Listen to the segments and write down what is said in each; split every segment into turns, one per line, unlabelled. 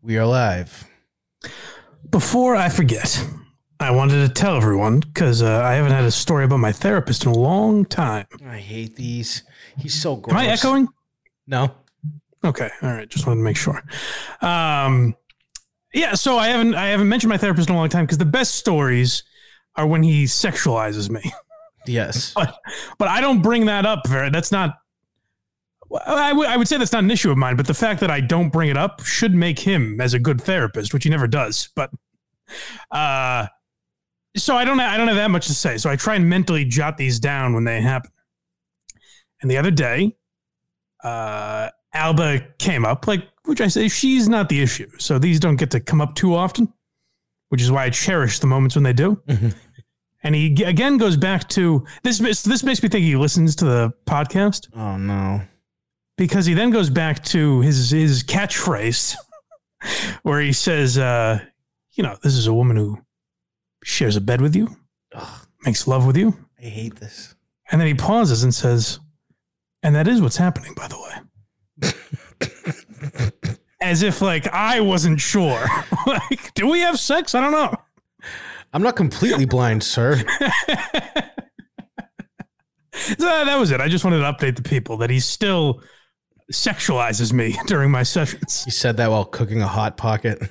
We are live.
Before I forget, I wanted to tell everyone because uh, I haven't had a story about my therapist in a long time.
I hate these. He's so gross.
Am I echoing?
No.
Okay, all right. Just wanted to make sure. Um, yeah, so I haven't I haven't mentioned my therapist in a long time because the best stories are when he sexualizes me.
Yes.
But I don't bring that up. Very, that's not. Well, I would- I would say that's not an issue of mine, but the fact that I don't bring it up should make him as a good therapist, which he never does. But, uh, so I don't I don't have that much to say. So I try and mentally jot these down when they happen. And the other day, uh, Alba came up, like which I say she's not the issue, so these don't get to come up too often, which is why I cherish the moments when they do.
Mhm.
And he g- again goes back to this. makes- This makes me think he listens to the podcast
Oh no.
because he then goes back to his his catchphrase, where he says, uh, "You know, this is a woman who shares a bed with you,
Ugh,
makes love with you."
I hate this.
And then he pauses and says, "And that is what's happening, by the way." As if like I wasn't sure. like, do we have sex? I don't know.
I'm not completely blind, sir.
So that was it. I just wanted to update the people that he still sexualizes me during my sessions.
He said that while cooking a hot pocket.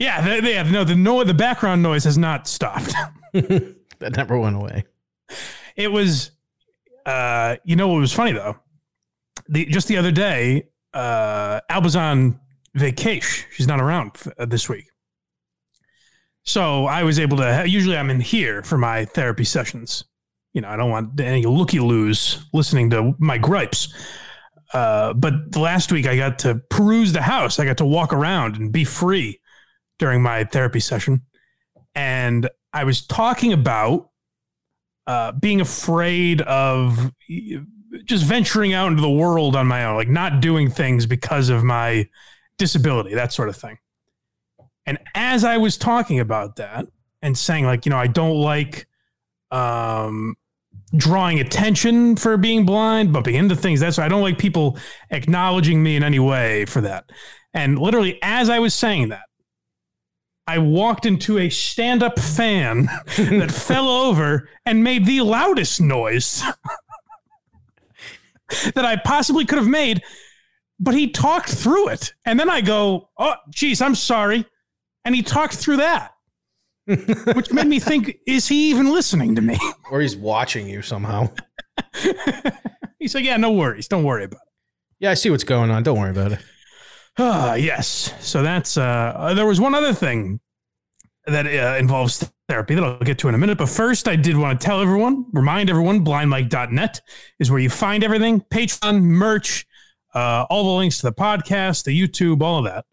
Yeah, they, they have no the no the background noise has not stopped.
that never went away.
It was, uh, you know, what was funny though. The just the other day, uh, Alba's on vacation. She's not around f- uh, this week, so I was able to. Ha- usually, I'm in here for my therapy sessions. You know, I don't want any looky loos listening to my gripes. Uh, but last week, I got to peruse the house. I got to walk around and be free during my therapy session, and I was talking about uh, being afraid of just venturing out into the world on my own, like not doing things because of my disability, that sort of thing. And as I was talking about that and saying, like, you know, I don't like um, drawing attention for being blind, bumping into things. That's why I don't like people acknowledging me in any way for that. And literally, as I was saying that, I walked into a stand up fan that fell over and made the loudest noise that I possibly could have made. But he talked through it. And then I go, oh, geez, I'm sorry. And he talked through that, which made me think, is he even listening to me?
or he's watching you somehow.
He said, yeah, no worries. Don't worry about it.
Yeah, I see what's going on. Don't worry about it.
Ah, yes. So that's, uh, uh, there was one other thing that uh, involves therapy that I'll get to in a minute. But first, I did want to tell everyone, remind everyone, blindmike.net is where you find everything Patreon, merch, uh, all the links to the podcast, the YouTube, all of that.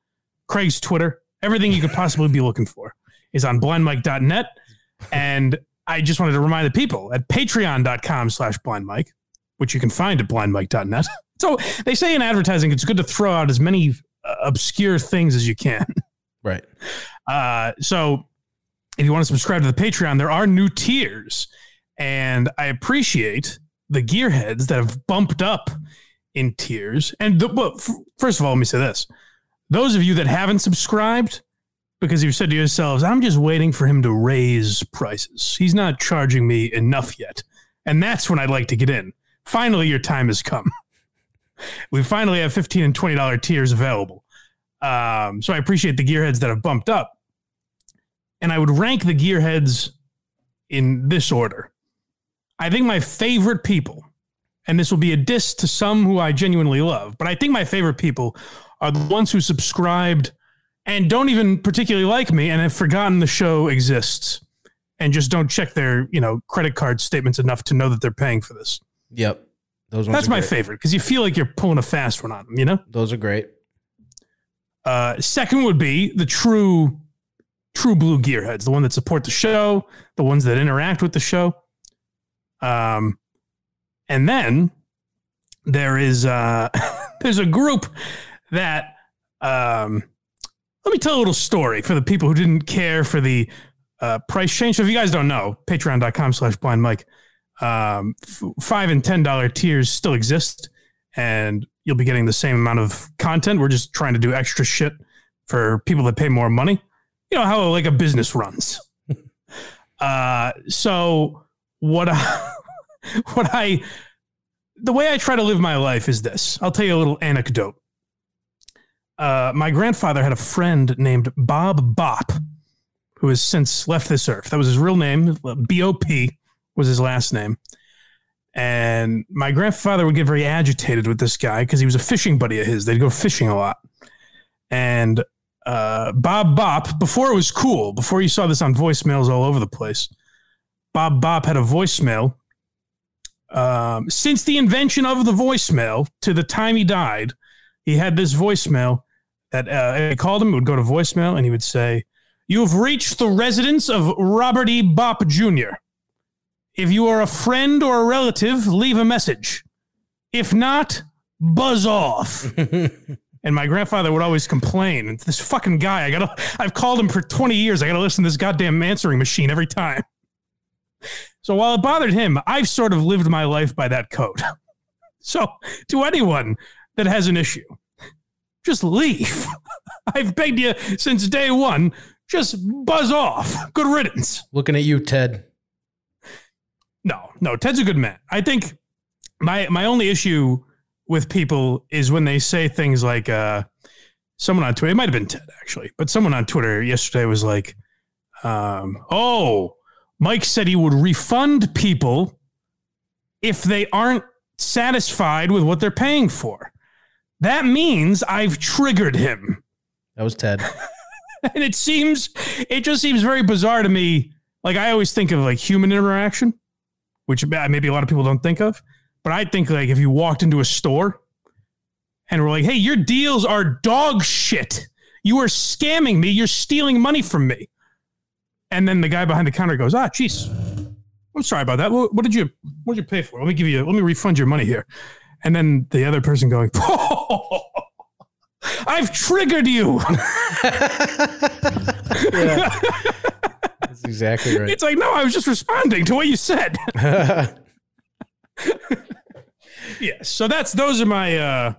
Craig's Twitter, everything you could possibly be looking for is on blindmike.net. And I just wanted to remind the people at patreon.com slash blindmike, which you can find at blindmike.net. So they say in advertising, it's good to throw out as many uh, obscure things as you can.
Right.
Uh, so if you want to subscribe to the Patreon, there are new tiers. And I appreciate the gearheads that have bumped up in tiers. And the, well, f- first of all, let me say this those of you that haven't subscribed, because you've said to yourselves, I'm just waiting for him to raise prices. He's not charging me enough yet. And that's when I'd like to get in. Finally, your time has come. we finally have $15 and $20 tiers available. Um, so I appreciate the gearheads that have bumped up. And I would rank the gearheads in this order. I think my favorite people, and this will be a diss to some who I genuinely love, but I think my favorite people are the ones who subscribed and don't even particularly like me and have forgotten the show exists and just don't check their, you know, credit card statements enough to know that they're paying for this.
Yep. Those ones
That's
are
my
great.
favorite because you feel like you're pulling a fast one on them, you know?
Those are great.
Uh, second would be the true, true blue gearheads, the one that support the show, the ones that interact with the show. Um, and then there is uh, there's a group that um, let me tell a little story for the people who didn't care for the uh, price change. So if you guys don't know, patreon.com slash blind mike, um, f- five and ten dollar tiers still exist and you'll be getting the same amount of content. We're just trying to do extra shit for people that pay more money. You know how like a business runs. uh, so what I, what I, the way I try to live my life is this. I'll tell you a little anecdote. Uh, my grandfather had a friend named Bob Bop, who has since left this earth. That was his real name. B O P was his last name. And my grandfather would get very agitated with this guy because he was a fishing buddy of his. They'd go fishing a lot. And uh, Bob Bop, before it was cool, before you saw this on voicemails all over the place, Bob Bop had a voicemail. Um, since the invention of the voicemail to the time he died, he had this voicemail that uh, if I called him, it would go to voicemail and he would say, You have reached the residence of Robert E. Bop Jr. If you are a friend or a relative, leave a message. If not, buzz off. and my grandfather would always complain. It's this fucking guy. I gotta. I've called him for twenty years. I gotta listen to this goddamn answering machine every time. So while it bothered him, I've sort of lived my life by that code. So to anyone that has an issue, just leave. I've begged you since day one. Just buzz off. Good riddance.
Looking at you, Ted.
No, no, Ted's a good man. I think my my only issue with people is when they say things like uh, someone on Twitter. It might have been Ted actually, but someone on Twitter yesterday was like, um, "Oh, Mike said he would refund people if they aren't satisfied with what they're paying for." That means I've triggered him,
That was Ted.
and it seems it just seems very bizarre to me. Like I always think of like human interaction, which maybe a lot of people don't think of. But I think like if you walked into a store and were like, "Hey, your deals are dog shit. You are scamming me. You're stealing money from me," and then the guy behind the counter goes, "Ah, jeez, I'm sorry about that. What, what did you what did you pay for? Let me give you. Let me refund your money here." And then the other person going, "I've triggered you."
yeah. That's exactly right.
It's like, no, I was just responding to what you said. yes. So that's those are my uh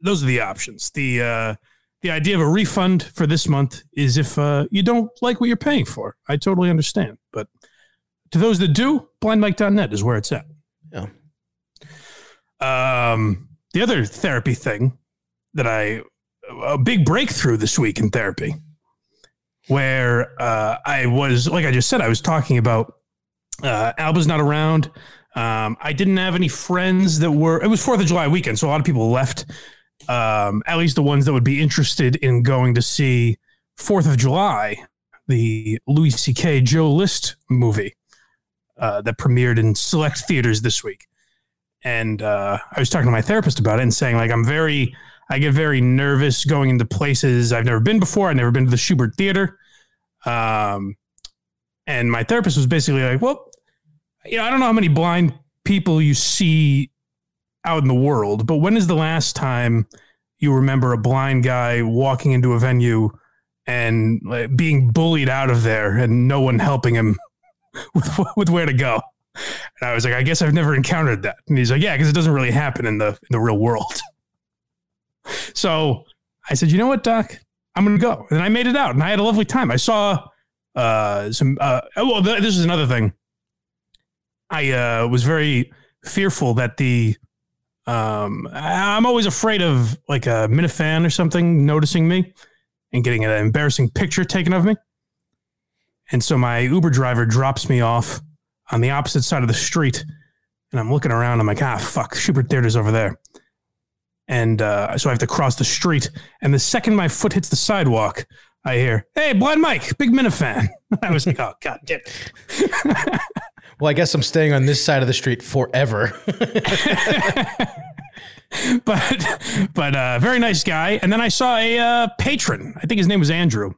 those are the options. The uh the idea of a refund for this month is if uh you don't like what you're paying for. I totally understand. But to those that do, blindmike.net is where it's at.
Yeah.
Um the other therapy thing that I a big breakthrough this week in therapy where uh, I was, like I just said, I was talking about uh, Alba's not around. Um, I didn't have any friends that were, it was 4th of July weekend, so a lot of people left, um, at least the ones that would be interested in going to see 4th of July, the Louis C.K. Joe List movie uh, that premiered in select theaters this week. And uh, I was talking to my therapist about it and saying, like, I'm very, I get very nervous going into places I've never been before. I've never been to the Schubert Theater. Um, and my therapist was basically like, well, you know, I don't know how many blind people you see out in the world, but when is the last time you remember a blind guy walking into a venue and like, being bullied out of there and no one helping him with, with where to go? And I was like, I guess I've never encountered that. And he's like, yeah, because it doesn't really happen in the in the real world. So I said, you know what, Doc? I'm going to go. And I made it out and I had a lovely time. I saw uh, some, uh, oh, well, th- this is another thing. I uh, was very fearful that the, um, I- I'm always afraid of like a Minifan or something noticing me and getting an embarrassing picture taken of me. And so my Uber driver drops me off on the opposite side of the street. And I'm looking around. I'm like, ah, fuck, Schubert Theater's over there and uh, so I have to cross the street. And the second my foot hits the sidewalk, I hear, "Hey, Blind Mike, big Minifan." I was like, "Oh god damn!" it."
Well, I guess I'm staying on this side of the street forever.
But but uh, very nice guy. And then I saw a uh, patron. I think his name was Andrew.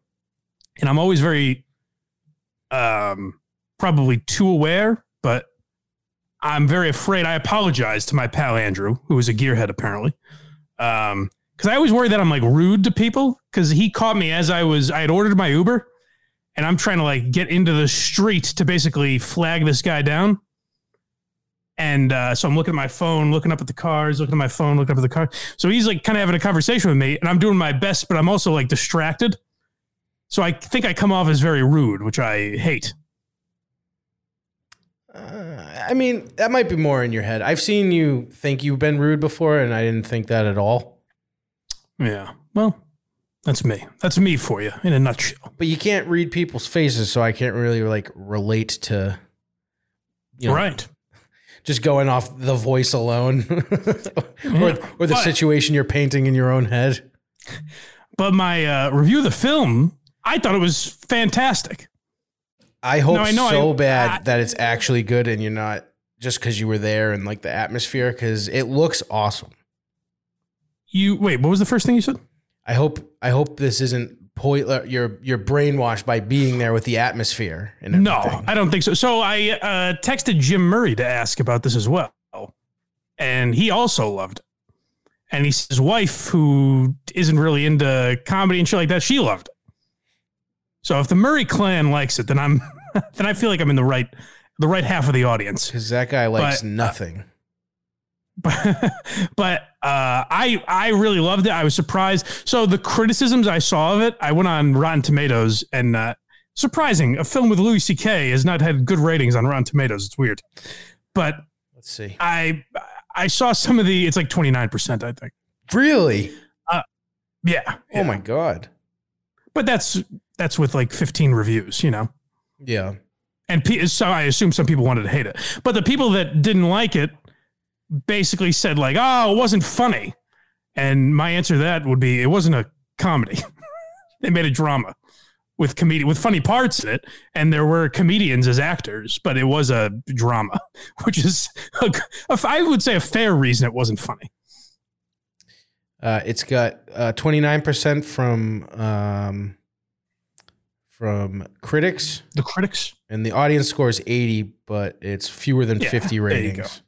And I'm always very, um, probably too aware, but I'm very afraid. I apologize to my pal Andrew, who is a gearhead apparently, because I always worry that I'm like rude to people. Because he caught me as I was, I had ordered my Uber, and I'm trying to like get into the street to basically flag this guy down. And uh, so I'm looking at my phone, looking up at the cars, looking at my phone, looking up at the car. So he's like kind of having a conversation with me, and I'm doing my best, but I'm also like distracted. So I think I come off as very rude, which I hate.
Uh, I mean, that might be more in your head. I've seen you think you've been rude before, and I didn't think that at all.
Yeah. Well, that's me. That's me for you in a nutshell.
But you can't read people's faces, so I can't really like relate to. You know,
Right.
Just going off the voice alone, or, or the
But-
situation you're painting in your own head.
But my uh, review of the film, I thought it was fantastic.
I hope
No, I know,
so
I-
bad
I-
that it's actually good, and you're not just because you were there and like the atmosphere, because it looks awesome.
You wait, what was the first thing you said?
I hope I hope this isn't poi- you're you're brainwashed by being there with the atmosphere and everything.
No, I don't think so. So I uh, texted Jim Murray to ask about this as well, and he also loved it. And he, his wife, who isn't really into comedy and shit like that, she loved it. So if the Murray clan likes it, then I'm, then I feel like I'm in the right, the right half of the audience.
because that guy likes
But-
nothing.
but but uh, I I really loved it. I was surprised. So the criticisms I saw of it, I went on Rotten Tomatoes, and uh, surprising, a film with Louis C.K. has not had good ratings on Rotten Tomatoes. It's weird, but
Let's see.
I I saw some of the. It's like twenty nine percent, I think.
Really?
Yeah.
Oh my god.
But that's that's with like fifteen reviews, you know.
Yeah.
and pe- so I assume some people wanted to hate it, but the people that didn't like it basically said like, "Oh, it wasn't funny," and my answer to that would be, "It wasn't a comedy. they made a drama with comedian with funny parts in it, and there were comedians as actors, but it was a drama, which is a, a, I would say a fair reason it wasn't funny.
Uh, it's got twenty nine percent from um, from critics,
The critics,
and the audience score is eighty, but it's fewer than
Yeah,
fifty
there you go.
ratings.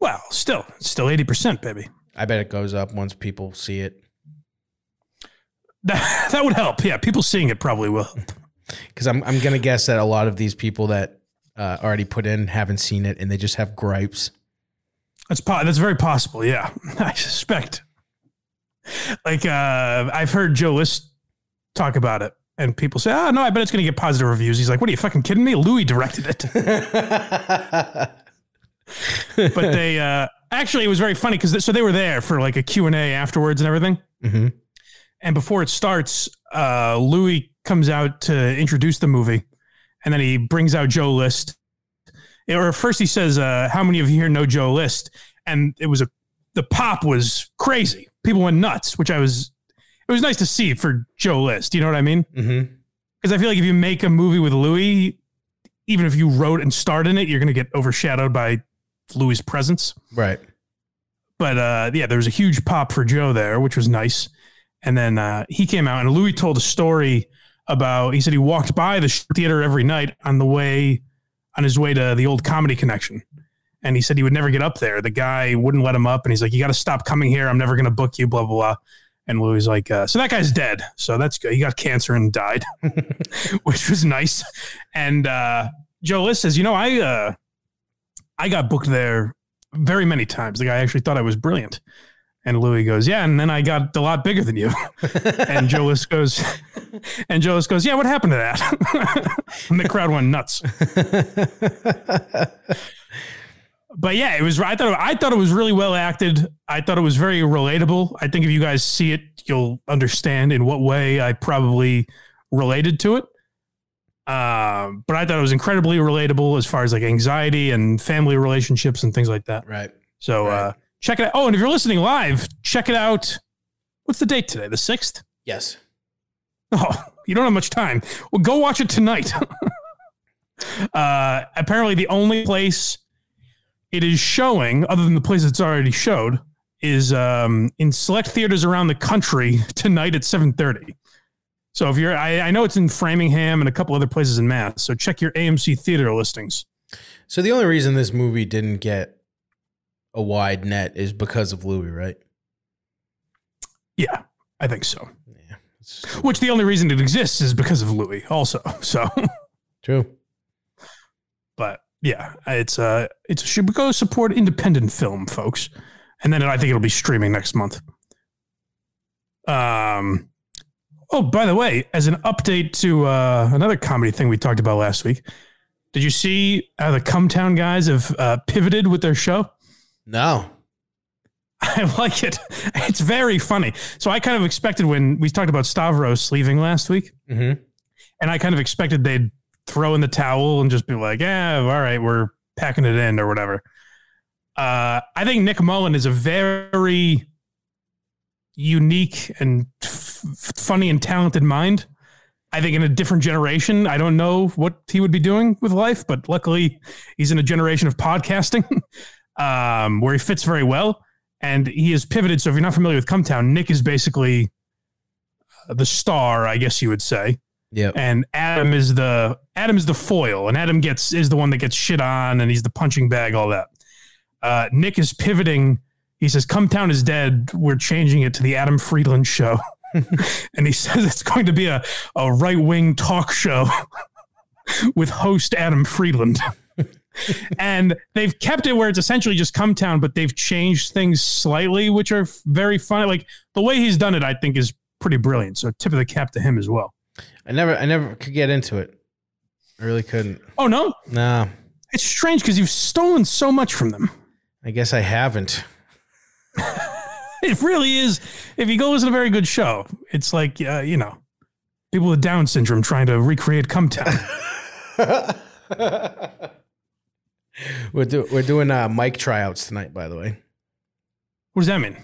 well, still, still eighty percent, baby.
I bet it goes up once people see it
That, that would help. Yeah, people seeing it probably will.
because I'm I'm gonna guess that a lot of these people that uh, already put in haven't seen it and they just have gripes.
That's po- that's very possible. Yeah, I suspect. Like uh, I've heard Joe List talk about it, and people say, "Oh no, I bet it's going to get positive reviews." He's like, "What are you fucking kidding me? Louis directed it."
Mm-hmm.
But they uh, actually, it was very funny because so they were there for like a Q and A afterwards and everything.
hmm
And before it starts, uh, Louis comes out to introduce the movie, and then he brings out Joe List. Or first he says, uh, "How many of you here know Joe List?" And it was a the pop was crazy. People went nuts, which I was. It was nice to see for Joe List. You know what I mean?
hmm
Because I feel like if you make a movie with Louis, even if you wrote and starred in it, you're going to get overshadowed by Louis' presence
Right.
but uh, yeah, there was a huge pop for Joe there, which was nice. And then uh, he came out, and Louis told a story about. He said he walked by the sh- theater every night on the way, on his way to the old Comedy Connection, and he said he would never get up there. The guy wouldn't let him up, and he's like, "You got to stop coming here. I'm never going to book you." Blah blah blah. And Louis was like, uh, "So that guy's dead. So that's good. He got cancer and died, which was nice." And uh, Joe List says, "You know, I uh, I got booked there very many times. The guy actually thought I was brilliant. And Louis goes, Yeah, and then I got a lot bigger than you. and Joe List goes, And Joe List goes, Yeah, what happened to that? and the crowd went nuts. But yeah, it was. I thought. I thought it was really well acted. I thought it was very relatable. I think if you guys see it, you'll understand in what way I probably related to it. Um, but I thought it was incredibly relatable as far as like anxiety and family relationships and things like that.
right.
So uh,
Right.
check it out. Oh, and if you're listening live, check it out. What's the date today? The 6th?
Yes.
Oh, you don't have much time. Well, go watch it tonight. uh, apparently, the only place it is showing, other than the place it's already showed, is um, in select theaters around the country tonight at 7.30. So if you're, I, I know it's in Framingham and a couple other places in Mass. So check your AMC theater listings.
So the only reason this movie didn't get a wide net is because of Louis, right?
Yeah, I think so.
Yeah. It's
Which the only reason it exists is because of Louis, also. So,
true.
but yeah, it's uh, it's should we go support independent film, folks? And then I think it'll be streaming next month. Um, oh, by the way, as an update to uh, another comedy thing we talked about last week, did you see how the Cumtown guys have uh, pivoted with their show?
No.
I like it. It's very funny. So I kind of expected when we talked about Stavros leaving last week,
hmm
and I kind of expected they'd throw in the towel and just be like, "Yeah, all right, we're packing it in" or whatever. Uh, I think Nick Mullen is a very unique and f- funny and talented mind. I think in a different generation, I don't know what he would be doing with life, but luckily he's in a generation of podcasting um, where he fits very well. And he has pivoted. So if you're not familiar with Cumtown, Nick is basically uh, the star, I guess you would say
Yep.
and Adam is the Adam is the foil, and Adam gets is the one that gets shit on, and he's the punching bag, all that. Uh, Nick is pivoting. He says, "Come Town is dead. We're changing it to the Adam Friedland show," and he says it's going to be a a right wing talk show with host Adam Friedland. and they've kept it where it's essentially just come town, but they've changed things slightly, which are very funny. Like the way he's done it, I think is pretty brilliant. So tip of the cap to him as well.
I never I never could get into it. I really couldn't.
Oh no,
No.
It's strange because you've stolen so much from them.
I guess I haven't.
It really is. If you go listen to a very good show, it's like, uh, you know, people with Down syndrome trying to recreate Cumtown.
we're do, we're doing uh, mic tryouts tonight, by the way.
what does that mean?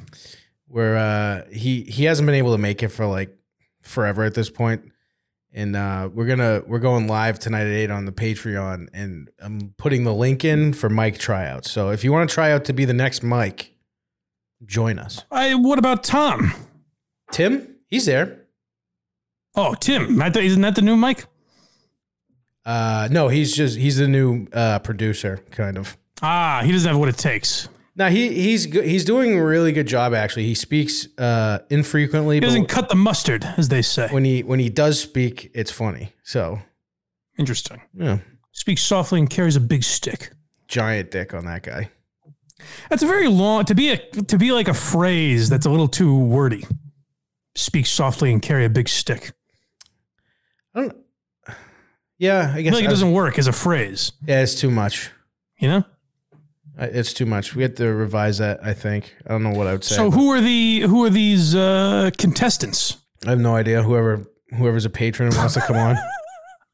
Where uh, he he hasn't been able to make it for like forever at this point, and uh, we're gonna we're going live tonight at eight on the Patreon, and I'm putting the link in for mic tryouts. So if you want to try out to be the next Mike, join us.
I, what about Tom?
Tim, he's there.
Oh, Tim. Not that, isn't that the new Mike?
Uh, no, he's just he's the new uh, producer, kind of.
Ah, he doesn't have what it takes.
No, he he's go- he's doing a really good job actually. He speaks uh, infrequently,
He doesn't
but
cut the mustard, as they say.
when he when he does speak, it's funny. So
Interesting.
yeah,
Speaks softly and carries a big stick.
giant dick on that guy.
That's a very long to be a to be like a phrase that's a little too wordy. Speak softly and carry a big stick.
I don't. Yeah, I
I
guess
feel like
I-
it doesn't work as a phrase,
Yeah, it's too much.
you know?
I- It's too much. We have to revise that. I think. I don't know what I would say.
So who are the who are these uh, contestants?
I have no idea. Whoever whoever's a patron and wants to come on.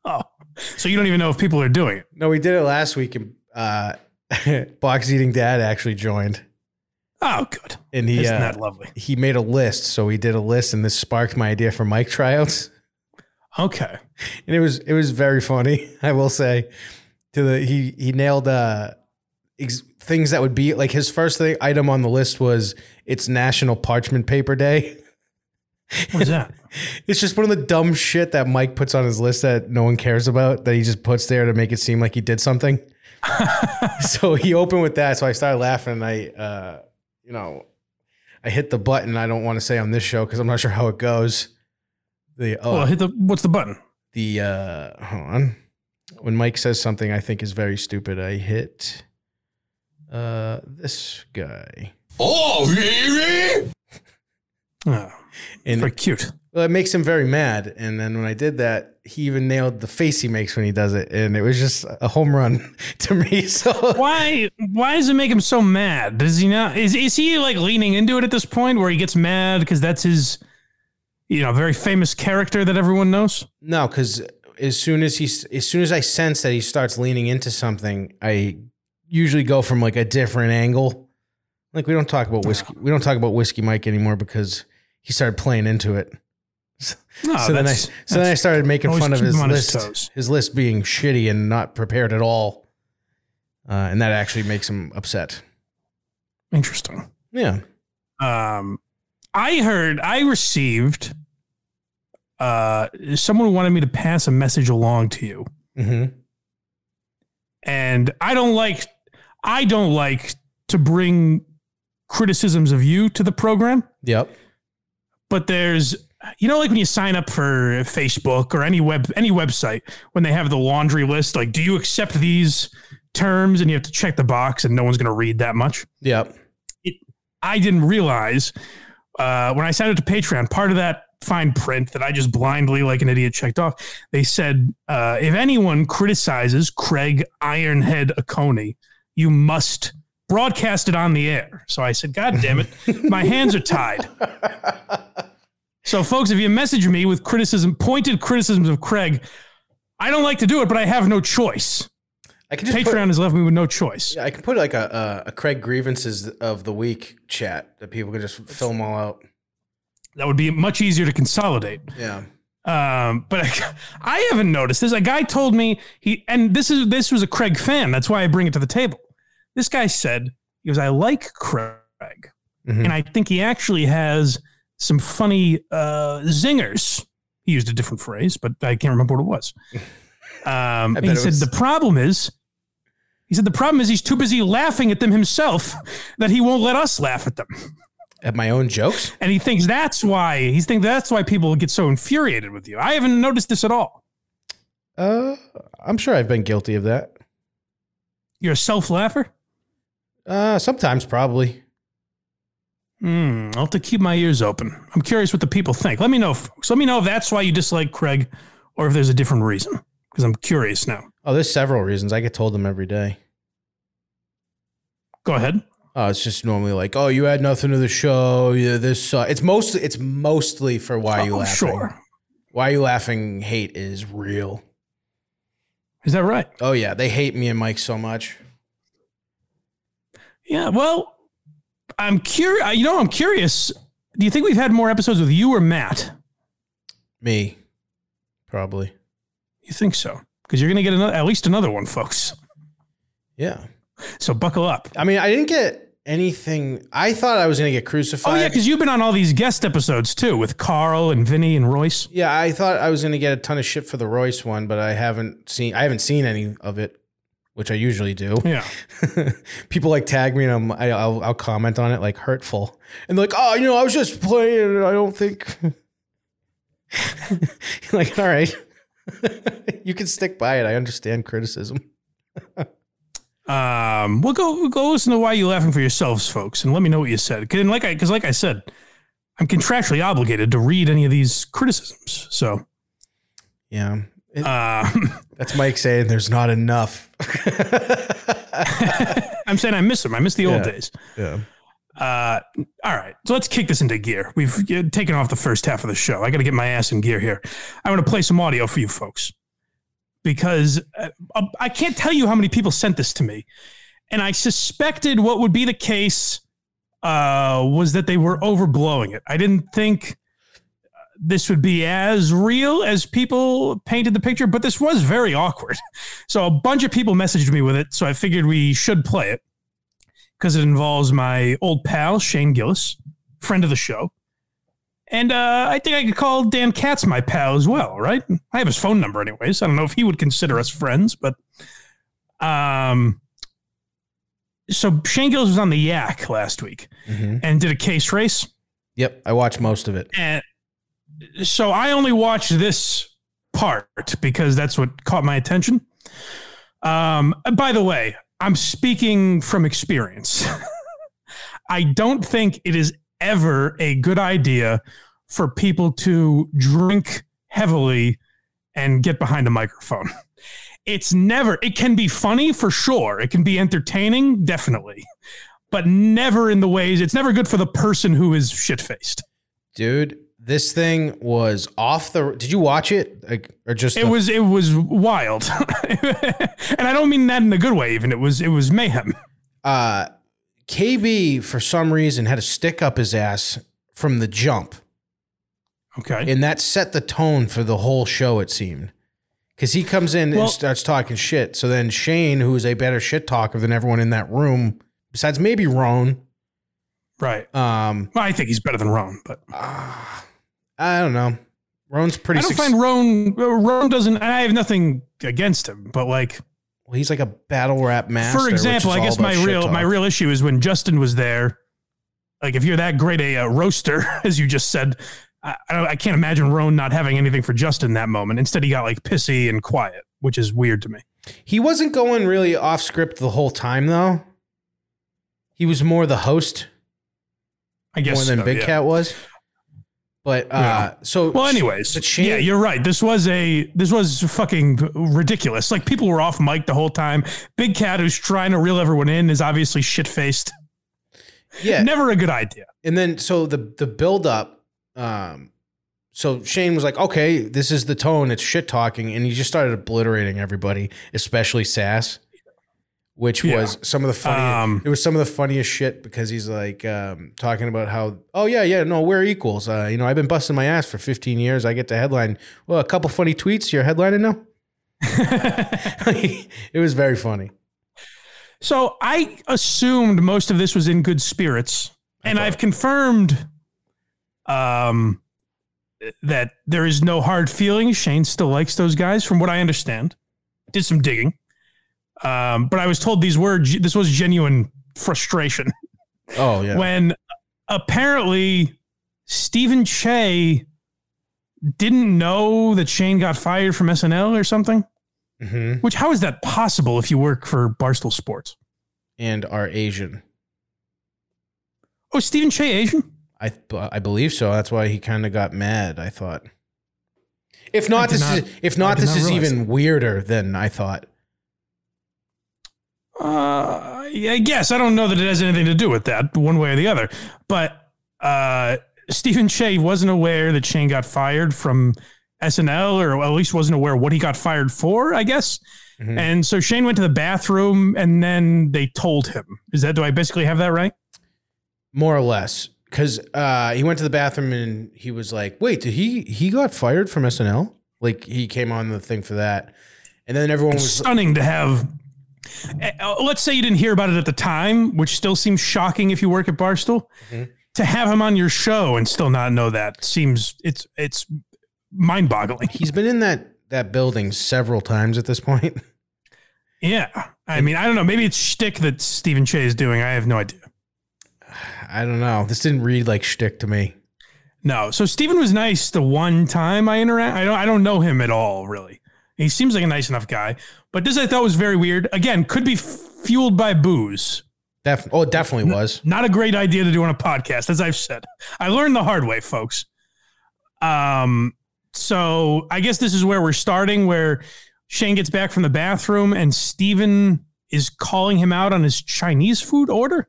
Oh, so you don't even know if people are doing it.
No, we did it last week, and uh, box eating dad actually joined,
Oh, good.
and he
Isn't
uh,
that lovely?
he made a list. So we did a list, and this sparked my idea for mic tryouts.
Okay.
and it was it was very funny. I will say, to the he he nailed uh ex- things that would be like his first thing item on the list was it's National Parchment Paper Day.
What is that?
It's just one of the dumb shit that Mike puts on his list that no one cares about that he just puts there to make it seem like he did something. so he opened with that. So I started laughing. And I uh you know I hit the button. I don't want to say on this show because I'm not sure how it goes. The oh
Well, hit the what's the button?
the uh hold on when mike says something i think is very stupid i hit uh this guy
Oh, really?
Oh,
and
very cute.
well, it makes him very mad and then when i did that he even nailed the face he makes when he does it and it was just a home run to me so
Why why does it make him so mad? Does he not is is he like leaning into it at this point where he gets mad because that's his you know, very famous character that everyone knows?
no because as soon as he as soon as i sense that he starts leaning into something i usually go from like a different angle like we don't talk about whiskey we don't talk about whiskey mike anymore because he started playing into it
No,
so then I
Oh, that's-
so then I started making
always
fun of
keep
his
him on his
list, his,
toes.
list being shitty and not prepared at all, uh, and that actually makes him upset.
interesting.
Yeah,
um, I heard I received uh, someone wanted me to pass a message along to you,
hmm
and I don't like I don't like to bring criticisms of you to the program,
yep,
but there's you know like when you sign up for Facebook or any web any website when they have the laundry list like do you accept these terms and you have to check the box and no one's going to read that much.
Yep.
I didn't realize uh, when I signed up to Patreon, part of that fine print that I just blindly, like an idiot, checked off, they said, uh, if anyone criticizes Craig Ironhead Acone, you must broadcast it on the air. So I said, God damn it, my hands are tied. So, folks, if you message me with criticism, pointed criticisms of Craig, I don't like to do it, but I have no choice.
I can just
Patreon
Patreon.
has left me with no choice.
I can put like a, a a Craig grievances of the week chat that people can just fill them all out.
That would be much easier to consolidate.
Yeah.
Um, but I, I haven't noticed this. A guy told me he, and this is this was a Craig fan. That's why I bring it to the table. This guy said he goes, "I like Craig,
Mhm.
and I think he actually has some funny uh, zingers." He used a different phrase, but I can't remember what it was. Um, and
bet
he
it
said
was-
the problem is, he said the problem is he's too busy laughing at them himself that he won't let us laugh at them
At my own jokes.
and he thinks that's why he's think that's why people get so infuriated with you. I haven't noticed this at all.
Uh, I'm sure I've been guilty of that.
You're a self laugher.
Uh, sometimes probably.
Hmm. I'll have to keep my ears open. I'm curious what the people think. Let me know, folks. Let me know if that's why you dislike Craig, or if there's a different reason. Because I'm curious now.
Oh, there's several reasons. I get told them every day.
Go ahead.
Oh, it's just normally like, oh, you add nothing to the show. Yeah, this. suck- It's mostly. It's mostly for why you
Oh,
laughing.
Sure.
Why you laughing? Hate is real.
Is that right?
Oh yeah, they hate me and Mike so much.
Yeah. Well, I'm curious. You know, I'm curious. Do you think we've had more episodes with you or Matt?
Me, probably.
You think so? Because you're going to get another, at least another one, folks.
Yeah.
So buckle up.
I mean, I didn't get anything. I thought I was gonna get
Oh
crucified.
yeah, because you've been on all these guest episodes too with Carl and Vinny and Royce.
Yeah, I thought I was gonna get a ton of shit for the Royce one, but I haven't seen. I haven't seen any of it, which I usually do.
Yeah,
People like tag me and I'm, I, I'll, I'll comment on it like hurtful, and they're like, oh, you know, I was just playing. and I don't think. like, all right, you can stick by it. I understand criticism.
um, we'll go we'll go listen to why you laughing for yourselves, folks, and let me know what you said. And like I because like I said, I'm contractually obligated to read any of these criticisms. So
Yeah,
uh,
that's Mike saying there's not enough.
I'm saying I miss them. I miss the old
Yeah.
days.
yeah.
Uh, all right, so let's kick this into gear. We've uh, taken off the first half of the show. I got to get my ass in gear here. I want to play some audio for you folks because uh, I can't tell you how many people sent this to me, and I suspected what would be the case uh, was that they were overblowing it. I didn't think uh, this would be as real as people painted the picture, but this was very awkward. So a bunch of people messaged me with it, so I figured we should play it because it involves my old pal Shane Gillis, friend of the show, and uh, I think I could call Dan Katz my pal as well, right? I have his phone number, anyways. I don't know if he would consider us friends, but um, so Shane Gillis was on the Yak last week
Mhm.
and did a case race.
Yep, I watched most of it.
And so I only watched this part because that's what caught my attention. Um, and by the way, I'm speaking from experience. I don't think it is ever a good idea for people to drink heavily and get behind a microphone. It's never, it can be funny for sure. It can be entertaining, definitely, but never in the ways, it's never good for the person who is shit faced.
Dude, this thing was off the Did you watch it? Like or just
It
the-
was it was wild, and I don't mean that in a good way. Even it was it was mayhem.
uh KB for some reason had a stick up his ass from the jump.
Okay,
And that set the tone for the whole show it seemed. Cuz he comes in
Well-
and starts talking shit. So then Shane, who is a better shit talker than everyone in that room besides maybe Roan,
right.
um
Well, I think he's better than Roan, but
ah, I don't know. Roan's pretty
I don't
suc-
find Roan. Roan doesn't. And I have nothing against him, but like
well, he's like a battle rap master.
for
which
example,
is
I
all
guess
about
my
shit
real my
talk.
real issue is when Justin was there. Like if you're that great a uh, roaster as you just said, I, I don't- I can't imagine Roan not having anything for Justin that moment. Instead, he got like pissy and quiet, which is weird to me.
He wasn't going really off script the whole time though. He was more the host
I guess
more than
so,
Big
yeah.
Cat was. But uh
Yeah.
so
Well, anyways,
the chain-
yeah, you're right. This was a this was fucking ridiculous. Like people were off mic the whole time. Big Cat, who's trying to reel everyone in, is obviously shit faced.
yeah,
Never a good idea.
and then so the the build up um so Shane was like, "Okay, this is the tone. It's shit talking," and he just started obliterating everybody, especially Sass, which
Yeah.
was some of the funniest.
Um,
it was some of the funniest shit because he's like um, talking about how, oh yeah, yeah, no, we're equals. Uh, you know, I've been busting my ass for 15 years. I get to headline. Well, a couple funny tweets. You're headlining now.
Um,
it was very funny.
so I assumed most of this was in good spirits, and
thought-
I've confirmed, um, that there is no hard feelings. Shane still likes those guys, from what I understand. Did some digging, um, but I was told these were this was genuine frustration.
Oh yeah,
when apparently Stephen Che didn't know that Shane got fired from SNL or something.
hmm
Which how is that possible if you work for Barstool Sports?
and are Asian.
Oh, Stephen Che Asian?
I I believe so. That's why he kind of got mad. I thought. If not,
did
this
not-
is if not,
did
this
not
is
realize
even weirder than I thought.
Uh, I guess I don't know that it has anything to do with that one way or the other. But uh, Stephen Che wasn't aware that Shane got fired from SNL, or at least wasn't aware what he got fired for. I guess.
Mhm.
And so Shane went to the bathroom and then they told him. Is that, do I basically have that right?
more or less because uh, he went to the bathroom and he was like wait did he he got fired from snl like he came on the thing for that and then everyone
It's
was
stunning to have. uh, Let's say you didn't hear about it at the time, which still seems shocking if you work at Barstool.
Mhm.
To have him on your show and still not know that seems it's it's mind boggling.
he's been in that that building several times at this point
Yeah, I mean, I don't know. Maybe it's shtick that Stephen Che is doing. I have no idea.
i don't know this didn't read like shtick to me
No, so Stephen was nice the one time I interact. I don't I don't know him at all really. He seems like a nice enough guy, but this I thought was very weird. Again, could be fueled by booze.
Def- oh it definitely was
Not a great idea to do on a podcast, as I've said. I learned the hard way, folks. Um, so I guess this is where we're starting, where Shane gets back from the bathroom and Steven is calling him out on his Chinese food order.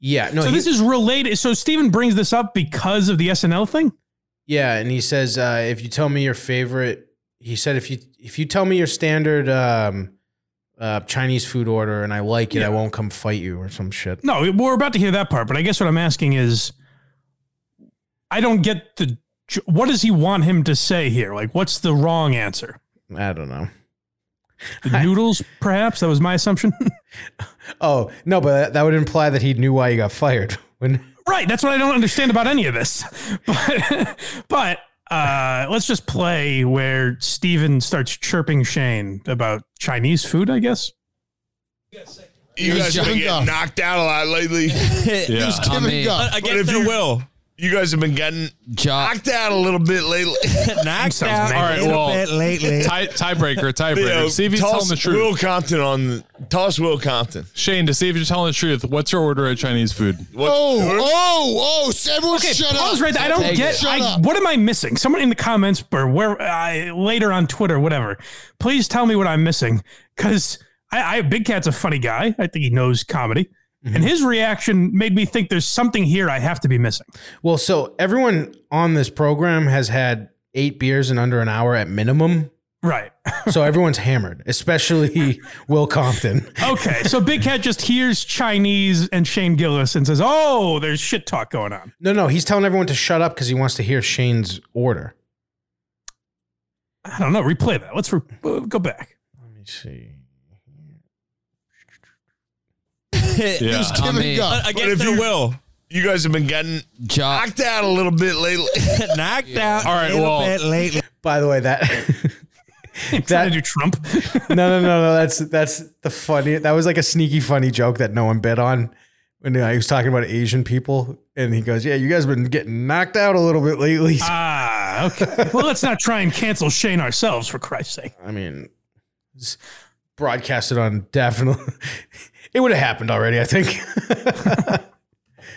yeah no
so
he-
this is related. So Steven brings this up because of the SNL thing.
yeah and he says uh, if you tell me your favorite he said if you if you tell me your standard um, uh, chinese food order and i like it
Yeah.
i won't come fight you or some shit
No, we're about to hear that part, but I guess what I'm asking is I don't get the what does he want him to say here? Like what's the wrong answer?
i don't know
The noodles perhaps? That was my assumption.
Oh no, but that- that would imply that he knew why he got fired. When
Right. That's what I don't understand about any of this. But but uh, let's just play where Steven starts chirping Shane about Chinese food, I guess.
You
He's
guys have been
John
getting
Goff.
knocked out a lot lately.
He was
I
giving
mean-
guff.
if
Against their
you-
will.
You guys have been getting
Jock.
knocked out a little bit lately.
Knocked
sounds
out
mangled.
a little
All right,
bit lately.
Tie, tiebreaker, tiebreaker.
Yeah,
see if he's
toss
telling the truth.
Will Compton on the, toss Will Compton.
Shane, to see if you're telling the truth, what's your order at Chinese food?
What,
Oh, oh, oh! so Everyone, shut
Paul's
up!
right. there. I don't
Take
get.
it.
Shut
I,
up.
what am I missing? Someone in the comments or where I later on Twitter, whatever. Please tell me what I'm missing, because I, I Big Cat's a funny guy. I think he knows comedy,
Mm-hmm.
and his reaction made me think there's something here I have to be missing.
well, so everyone on this program has had eight beers in under an hour at minimum,
Right.
so everyone's hammered, especially Will Compton.
Okay. so Big Cat just hears Chinese and Shane Gillis and says, "Oh, there's shit talk going on."
No, no, he's telling everyone to shut up because he wants to hear Shane's order.
I don't know. Replay that. Let's re- uh, go back.
Let me see.
Yeah.
He's
I
giving
mean- But
guff.
But if
Against their
you-
will.
you guys have been getting
Jock.
knocked out a little bit lately.
Knocked out
All right,
a little
well-
bit lately.
By the way, that
Trying to do Trump.
no, no, no, no. That's that's the funny. That was like a sneaky funny joke that no one bit on. When I was talking about Asian people, and he goes, "Yeah, you guys been getting knocked out a little bit lately."
ah, okay. Well, let's not try and cancel Shane ourselves for Christ's sake.
I mean, s- broadcast it on Daffin. it would have happened already, I think.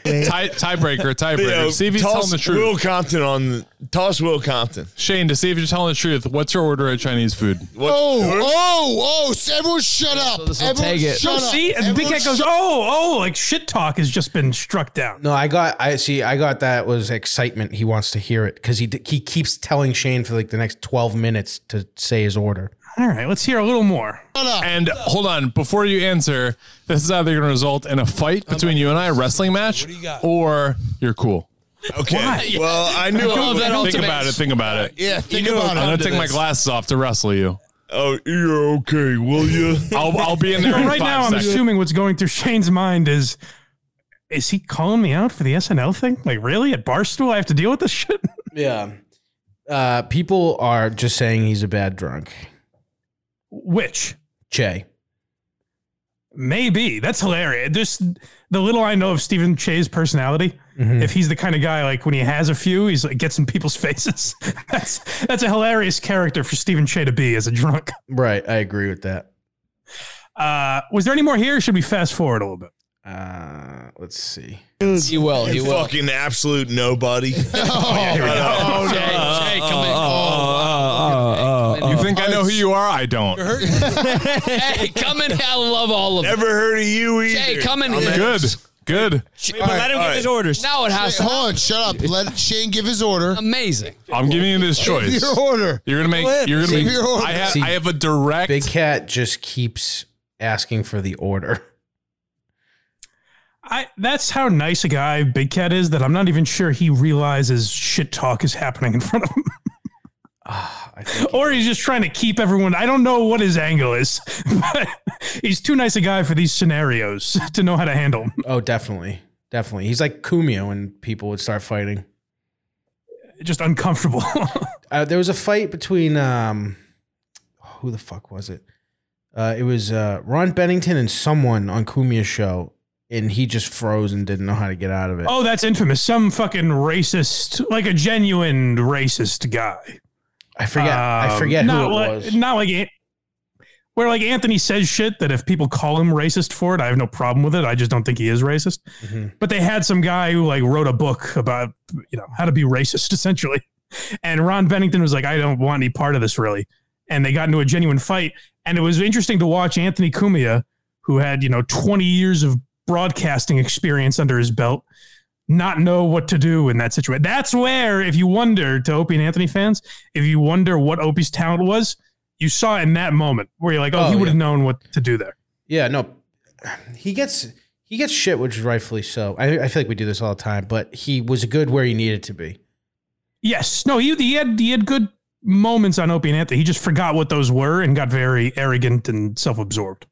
Tie, tiebreaker, tiebreaker.
You know,
see if he's telling
toss
the truth.
Will Compton on the, toss Will Compton.
Shane, to see if you're telling the truth, what's your order at Chinese food?
What,
Oh, oh, oh! s- Everyone, shut up!
This will
Everyone,
take it.
shut up!
See, and the big
Everyone
cat goes,
shut-
oh, oh, like shit talk has just been struck down.
no, I got. I see. I got that was excitement. He wants to hear it because he d- he keeps telling Shane for like the next twelve minutes to say his order.
All right, let's hear a little more.
Shut up!
And hold on, before you answer, this is either going to result in a fight between you and I, a wrestling match, or you're cool.
okay.
oh!
Well, I knew. I
love
would-
that
Think
ultimate-
about it. Think about it.
Yeah, think
You know,
about it.
I'm going
Under
to take my
this.
glasses off to wrestle you.
Oh, you're okay, will you?
I'll, I'll be in there in
right now,
five
I'm
seconds.
assuming what's going through Shane's mind is, is he calling me out for the SNL thing? Like, really? At Barstool, I have to deal with this shit?
Yeah. Uh, people are just saying he's a bad drunk.
Which
Che.
maybe that's hilarious. Just the little I know of Stephen Che's personality.
Mm-hmm.
If he's the kind of guy like when he has a few, he's like gets in people's faces. that's that's a hilarious character for Stephen Che to be as a drunk.
Right. I agree with that.
Uh, was there any more here? Or should we fast forward a little bit?
Uh, let's see.
He will. He
You
will.
fucking absolute nobody. Uh,
Oh, Jay, Jay, come in. Oh,
You think I know who you are? I don't.
Hey, come in. I love all of them.
Never heard of you either.
Jay, come in here.
Good. Good.
but let him give his orders.
Now it has
Hey,
to.
hold on, shut up. Let Shane give his order.
Amazing.
I'm giving you this choice.
Your order.
You're gonna make. You're gonna
See
make.
your order.
I have.
See,
I have a direct.
Big Cat just keeps asking for the order.
I that's how nice a guy Big Cat is that I'm not even sure he realizes shit talk is happening in front of him.
Ah, I think
or he's just trying to keep everyone. I don't know what his angle is, but he's too nice a guy for these scenarios to know how to handle. 'em.
oh, definitely. Definitely. He's like Kumio when people would start fighting.
Just uncomfortable.
Uh, there was a fight between um who the fuck was it? Uh, it was uh, Ron Bennington and someone on Kumio's show, and he just froze and didn't know how to get out of it.
oh, that's infamous. Some fucking racist, like a genuine racist guy.
I forget. I
Um,
forget who
not
it
like-
was.
Not like it. Where like Anthony says shit that if people call him racist for it, I have no problem with it. I just don't think he is racist.
Mhm.
But they had some guy who like wrote a book about you know how to be racist essentially, and Ron Bennington was like, I don't want any part of this really, and they got into a genuine fight, and it was interesting to watch Anthony Cumia, who had you know 20 years of broadcasting experience under his belt, not know what to do in that situation. That's where if you wonder to Opie and Anthony fans, if you wonder what Opie's talent was, you saw it in that moment where you're like, oh,
Oh,
he would have
yeah.
known what to do there.
Yeah, no, he gets he gets shit, which is rightfully so. I, I feel like we do this all the time, but he was good where he needed to be.
Yes. No, he, he had he had good moments on Opie and Anthony. He just forgot what those were and got very arrogant and self-absorbed.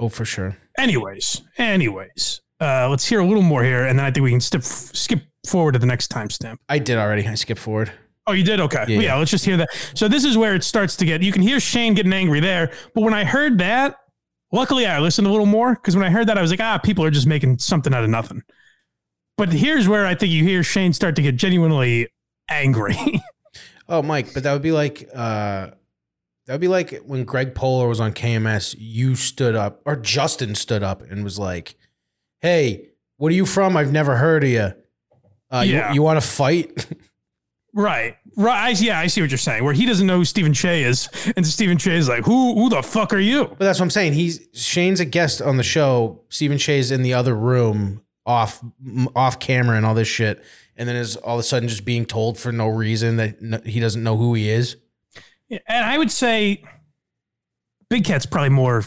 Oh, for sure.
Anyways, anyways, uh, let's hear a little more here, and then I think we can stip, skip forward to the next timestamp.
I did already. I skipped forward.
Oh, you did? Okay.
Yeah.
Yeah. let's just hear that. So this is where it starts to get, you can hear Shane getting angry there. But when I heard that, luckily I listened a little more because when I heard that, I was like, ah, people are just making something out of nothing. But here's where I think you hear Shane start to get genuinely angry.
Oh, Mike, but that would be like uh, that would be like when Greg Polar was on KMS. You stood up, or Justin stood up and was like, "Hey, what are you from? I've never heard of you. Uh, you-
Yeah.
you, want to fight?
right. Right. I, yeah, I see what you're saying, where he doesn't know who Stephen Che is. And Stephen Che is like, who, who the fuck are you?
but that's what I'm saying. He's Shane's a guest on the show. Stephen Shay's in the other room, off m- off camera, and all this shit. And then is all of a sudden just being told for no reason that no, he doesn't know who he is.
Yeah, And I would say Big Cat's probably more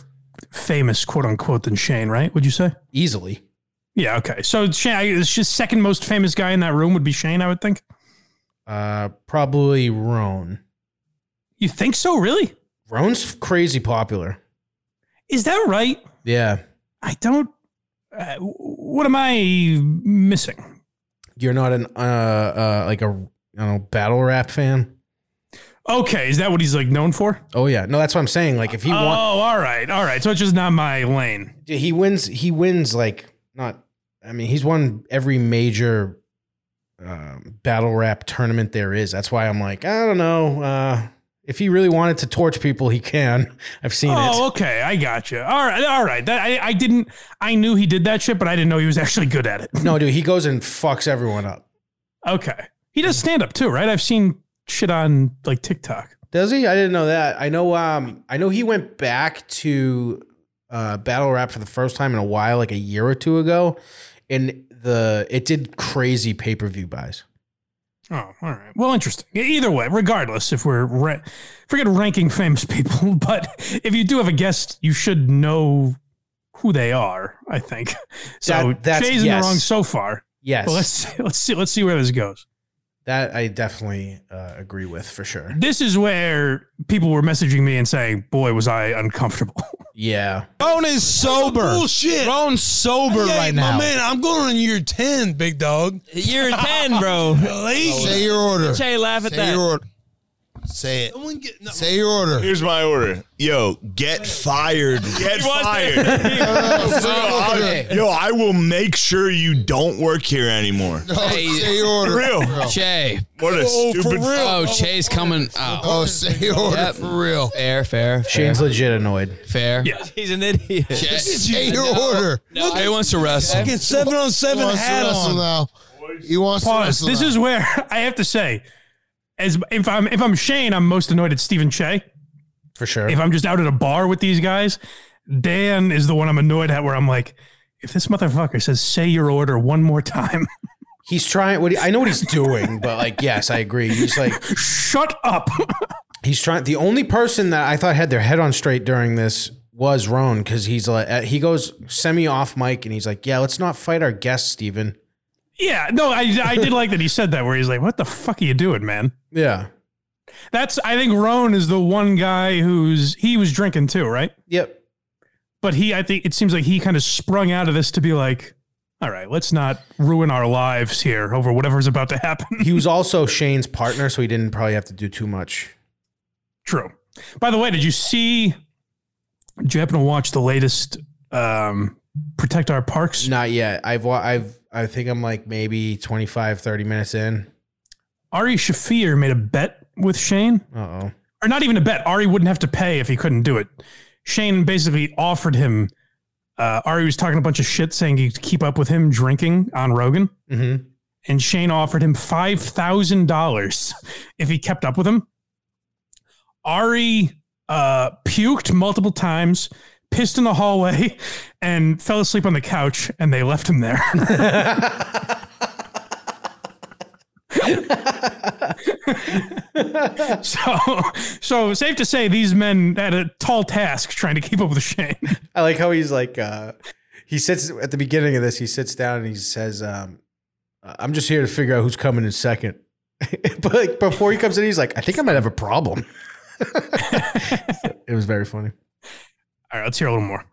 famous, quote unquote, than Shane, right? Would you say?
Easily,
Yeah. Okay. So Shane, it's just second most famous guy in that room would be Shane. I would think.
uh, probably Roan.
You think so? Really?
Roan's crazy popular.
Is that right?
Yeah.
I don't. Uh, what am I missing?
You're not an uh, uh like a I don't know battle rap fan.
Okay, is that what he's like known for?
Oh yeah, no, that's what I'm saying. Like if he
oh,
won,
all right, all right. So it's just not my lane.
he wins. He wins like not. I mean, he's won every major um, battle rap tournament there is. That's why I'm like I don't know. Uh, If he really wanted to torch people, he can. I've seen
Oh,
it.
okay. I gotcha. All right. All right. That I, I didn't. I knew he did that shit, but I didn't know he was actually good at it.
No, dude, he goes and fucks everyone up.
Okay. He does
Hmm.
stand up too, right? I've seen shit on like TikTok.
Does he? I didn't know that. I know. Um, I know he went back to uh, battle rap for the first time in a while, like a year or two ago, and the it did crazy pay per view buys.
Oh, all right. Well, interesting. E- Either way, regardless, if we're ra- forget ranking famous people, but if you do have a guest, you should know who they are. I think. So
That- that's-
Jay's in
yes.
the wrong so far.
Yes,
But let's see, let's see let's see where this goes.
that I definitely uh, agree with for sure.
This is where people were messaging me and saying, "Boy, was I uncomfortable."
Yeah,
Ron is sober.
Bullshit.
Ron's sober
Hey,
right
my
now.
man, I'm going on year 10, big dog.
You're 10, bro.
Say your order.
Jay, laugh at
Say
that.
your order. Say it.
Someone get- no.
Say your order.
Here's my order. Yo, get fired. Get fired. Yo, I, yo, I will make sure you don't work here anymore.
No,
Hey.
Oh, say your order.
Real.
No.
Che.
What a stupid.
Oh, Che's coming. Oh,
Oh, say your order
Yep.
for real.
fair, fair, fair,
Shane's legit annoyed.
fair.
Yeah.
He's an idiot.
Che.
Say your order.
Jay wants to wrestle.
Fucking seven on
He
seven
wants to
hat
wrestle
on.
now. He wants to
Pause.
wrestle
This
now.
is where I have to say, as if I'm if I'm Shane, I'm most annoyed at Stephen Che.
For sure.
If I'm just out at a bar with these guys, Dan is the one I'm annoyed at. Where I'm like, if this motherfucker says "say your order" one more time,
He's trying. What he, I know what he's doing, but like, yes, I agree. He's like,
shut up.
he's trying. The only person that I thought had their head on straight during this was Roan because he's like, uh, he goes semi off mic and he's like, yeah, let's not fight our guests, Steven.
yeah, no, I I did like that he said that. Where he's like, "What the fuck are you doing, man?"
Yeah.
That's I think Roan is the one guy who's he was drinking too, right?
Yep.
but he i think it seems like he kind of sprung out of this to be like all right let's not ruin our lives here over whatever's about to happen
He was also Shane's partner, so he didn't probably have to do too much.
true by the way did you see did you happen to watch the latest um protect our parks
Not yet. I've wa- I've I think I'm like maybe 25, 30 minutes in.
ari shafir made a bet with shane
Uh oh.
or not even a bet ari wouldn't have to pay if he couldn't do it shane basically offered him uh, ari was talking a bunch of shit saying he'd keep up with him drinking on rogan
hmm
and Shane offered him five thousand dollars if he kept up with him. Ari uh, puked multiple times, pissed in the hallway, and fell asleep on the couch, and they left him there. so, so safe to say, these men had a tall task trying to keep up with Shane.
I like how he's like uh he sits at the beginning of this, he sits down and he says, um, I'm just here to figure out who's coming in second. but like before he comes in, he's like, I think I might have a problem. it was very funny.
All right, let's hear a little more.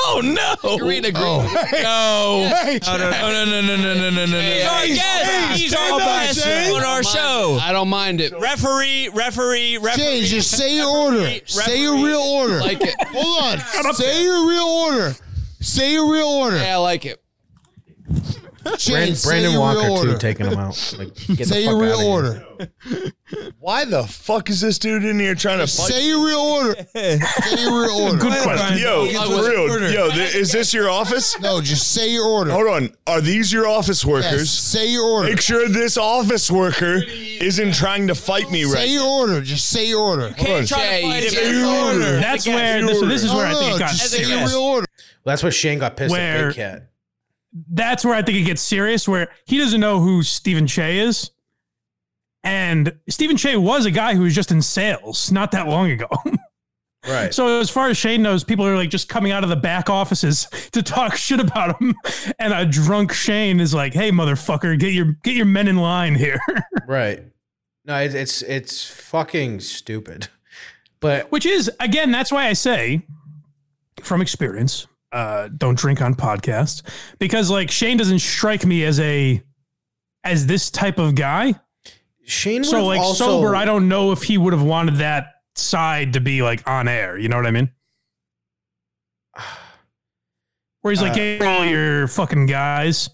Oh, no.
Green agree.
No.
Oh,
No, no, no, no, no, no, no, no, no, no. He's our guest. He's our guest on our show.
I don't mind it.
Referee, referee,
Jay,
referee.
just say your order. Say your real order.
Like it.
Hold on. Say your real order. Say your real order.
Yeah, I like it.
Jay,
Brand,
say
Brandon
your real
Walker
order.
too taking him out. Like, get
Say
the fuck
your real
outta here.
order.
Why the fuck is this dude in here trying to fight?
Say your real order. Say your real order.
Good question.
Yo,
was
for real. Yo, th- is this your office?
No, just say your order.
Hold on. Are these your
Yes,
office workers?
say your order.
Make sure this office worker isn't trying to fight me
Say
right
your order. Just say your order.
now. Hold on.
Try to fight
Jay,
him.
Jay,
order.
That's where. This, so this is
No,
where I think
no,
it got.
just
As a
say your
guest.
real order.
Well, that's where Shane got pissed at
Where-
Big Cat.
that's where I think it gets serious, where he doesn't know who Stephen Che is. And Stephen Che was a guy who was just in sales not that long ago.
Right.
so as far as Shane knows, people are like just coming out of the back offices to talk shit about him. And a drunk Shane is like, hey motherfucker, get your get your men in line here.
Right. No, it, it's it's fucking stupid. But
Which is again, that's why I say from experience, uh, don't drink on podcasts. Because like Shane doesn't strike me as a as this type of guy.
Shane
so
would've
like
also,
sober i don't know if he would have wanted that side to be like on air you know what i mean where he's like
Uh,
hey all your fucking guys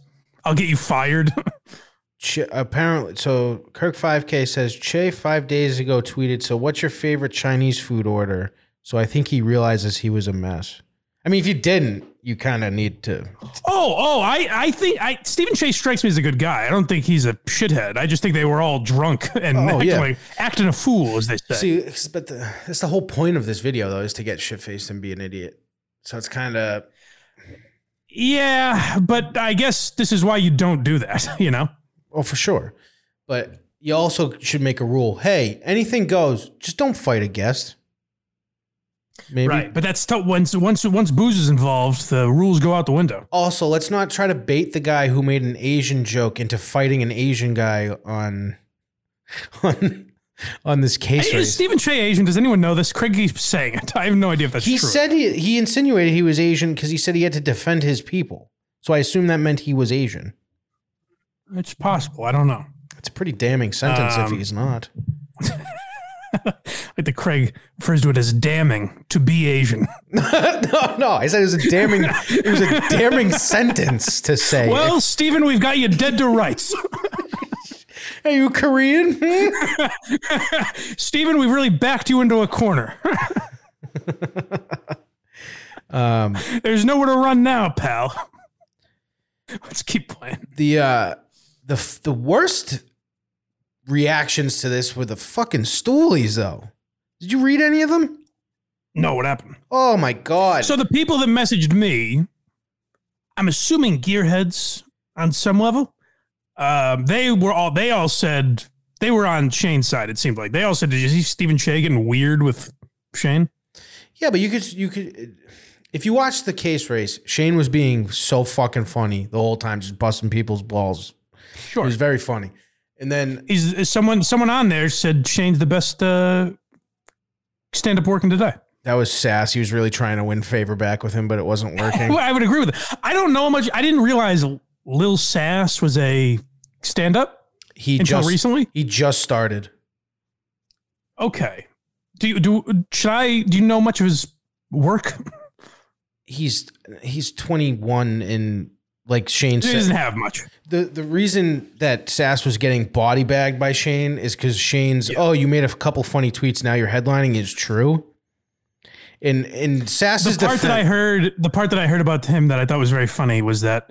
i'll get you fired
Ch- apparently, so Kirk Five K says Che five days ago tweeted. So, what's your favorite Chinese food order? So, I think he realizes he was a mess. I mean, if you didn't, you kind of need to.
Oh, oh, I, I think I Stephen Chase strikes me as a good guy. I don't think he's a shithead. I just think they were all drunk and
Oh,
acting,
yeah.
like, acting a fool, as they say.
See, it's- but the, that's the whole point of this video, though, is to get shit faced and be an idiot. So it's kind of
yeah, but I guess this is why you don't do that. You know,
oh for sure, but you also should make a rule. Hey, anything goes. Just don't fight a guest. Maybe.
right? But that's tough. Once once once booze is involved, the rules go out the window.
Also, let's not try to bait the guy who made an Asian joke into fighting an Asian guy on on on this case
Is
race.
Stephen Che Asian? Does anyone know this? Craig keeps saying it. I have no idea if that's
He
true.
said he, he insinuated he was Asian because he said he had to defend his people. So I assume that meant he was Asian.
it's possible. I don't know.
It's a pretty damning sentence if
Um,
he's not.
Like the Craig refers to it as damning to be Asian.
no, no, I said it was a damning it was a damning sentence to say.
Well, Stephen, we've got you dead to rights.
Are you Korean? Hmm?
Stephen, we've really backed you into a corner.
um
There's nowhere to run now, pal. Let's keep playing.
the uh the f- the worst reactions to this were the fucking stoolies though. Did you read any of them?
No, what happened?
Oh my god.
So the people that messaged me, I'm assuming gearheads on some level. Um, they were all they all said they were on Shane's side. It seemed like they all said, "Did you see Stephen Shea getting weird with Shane?"
yeah, but you could you could if you watch the case race, Shane was being so fucking funny the whole time just busting people's balls. Sure. It was very funny. And then
Is, is someone someone on there said Shane's the best uh, stand up working today?
that was Sass. He was really trying to win favor back with him, but it wasn't working.
Well, I would agree with it. I don't know how much. I didn't realize Lil Sass was a stand up
he
until
just
recently.
he just started.
Okay. Do you do? Should I? Do you know much of his work?
He's he's 21 and like Shane
He
said,
doesn't have much.
the the reason that Sass was getting body bagged by Shane is because Shane's oh you made a couple funny tweets now you're headlining is true, and and Sass
The
is
part that I heard, the part that I heard about him that I thought was very funny was that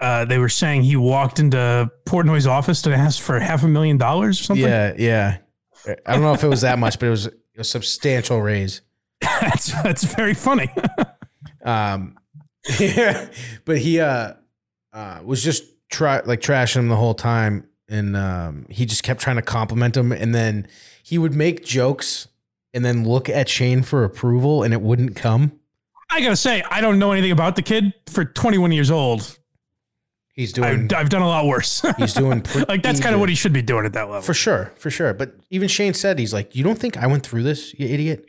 uh, they were saying he walked into Portnoy's office and asked for half a million dollars or something.
yeah yeah I don't know if it was that much but it was a substantial raise
that's that's very funny.
um but he uh uh was just try like trashing him the whole time and um he just kept trying to compliment him and then he would make jokes and then look at Shane for approval and it wouldn't come.
I gotta say, I don't know anything about the kid. For 21 years old,
He's
I,
doing
I've done a lot worse.
He's doing pretty
like that's kind of what
good.
he should be doing at that level,
for sure, for sure. But even Shane said he's like, you don't think I went through this, you idiot.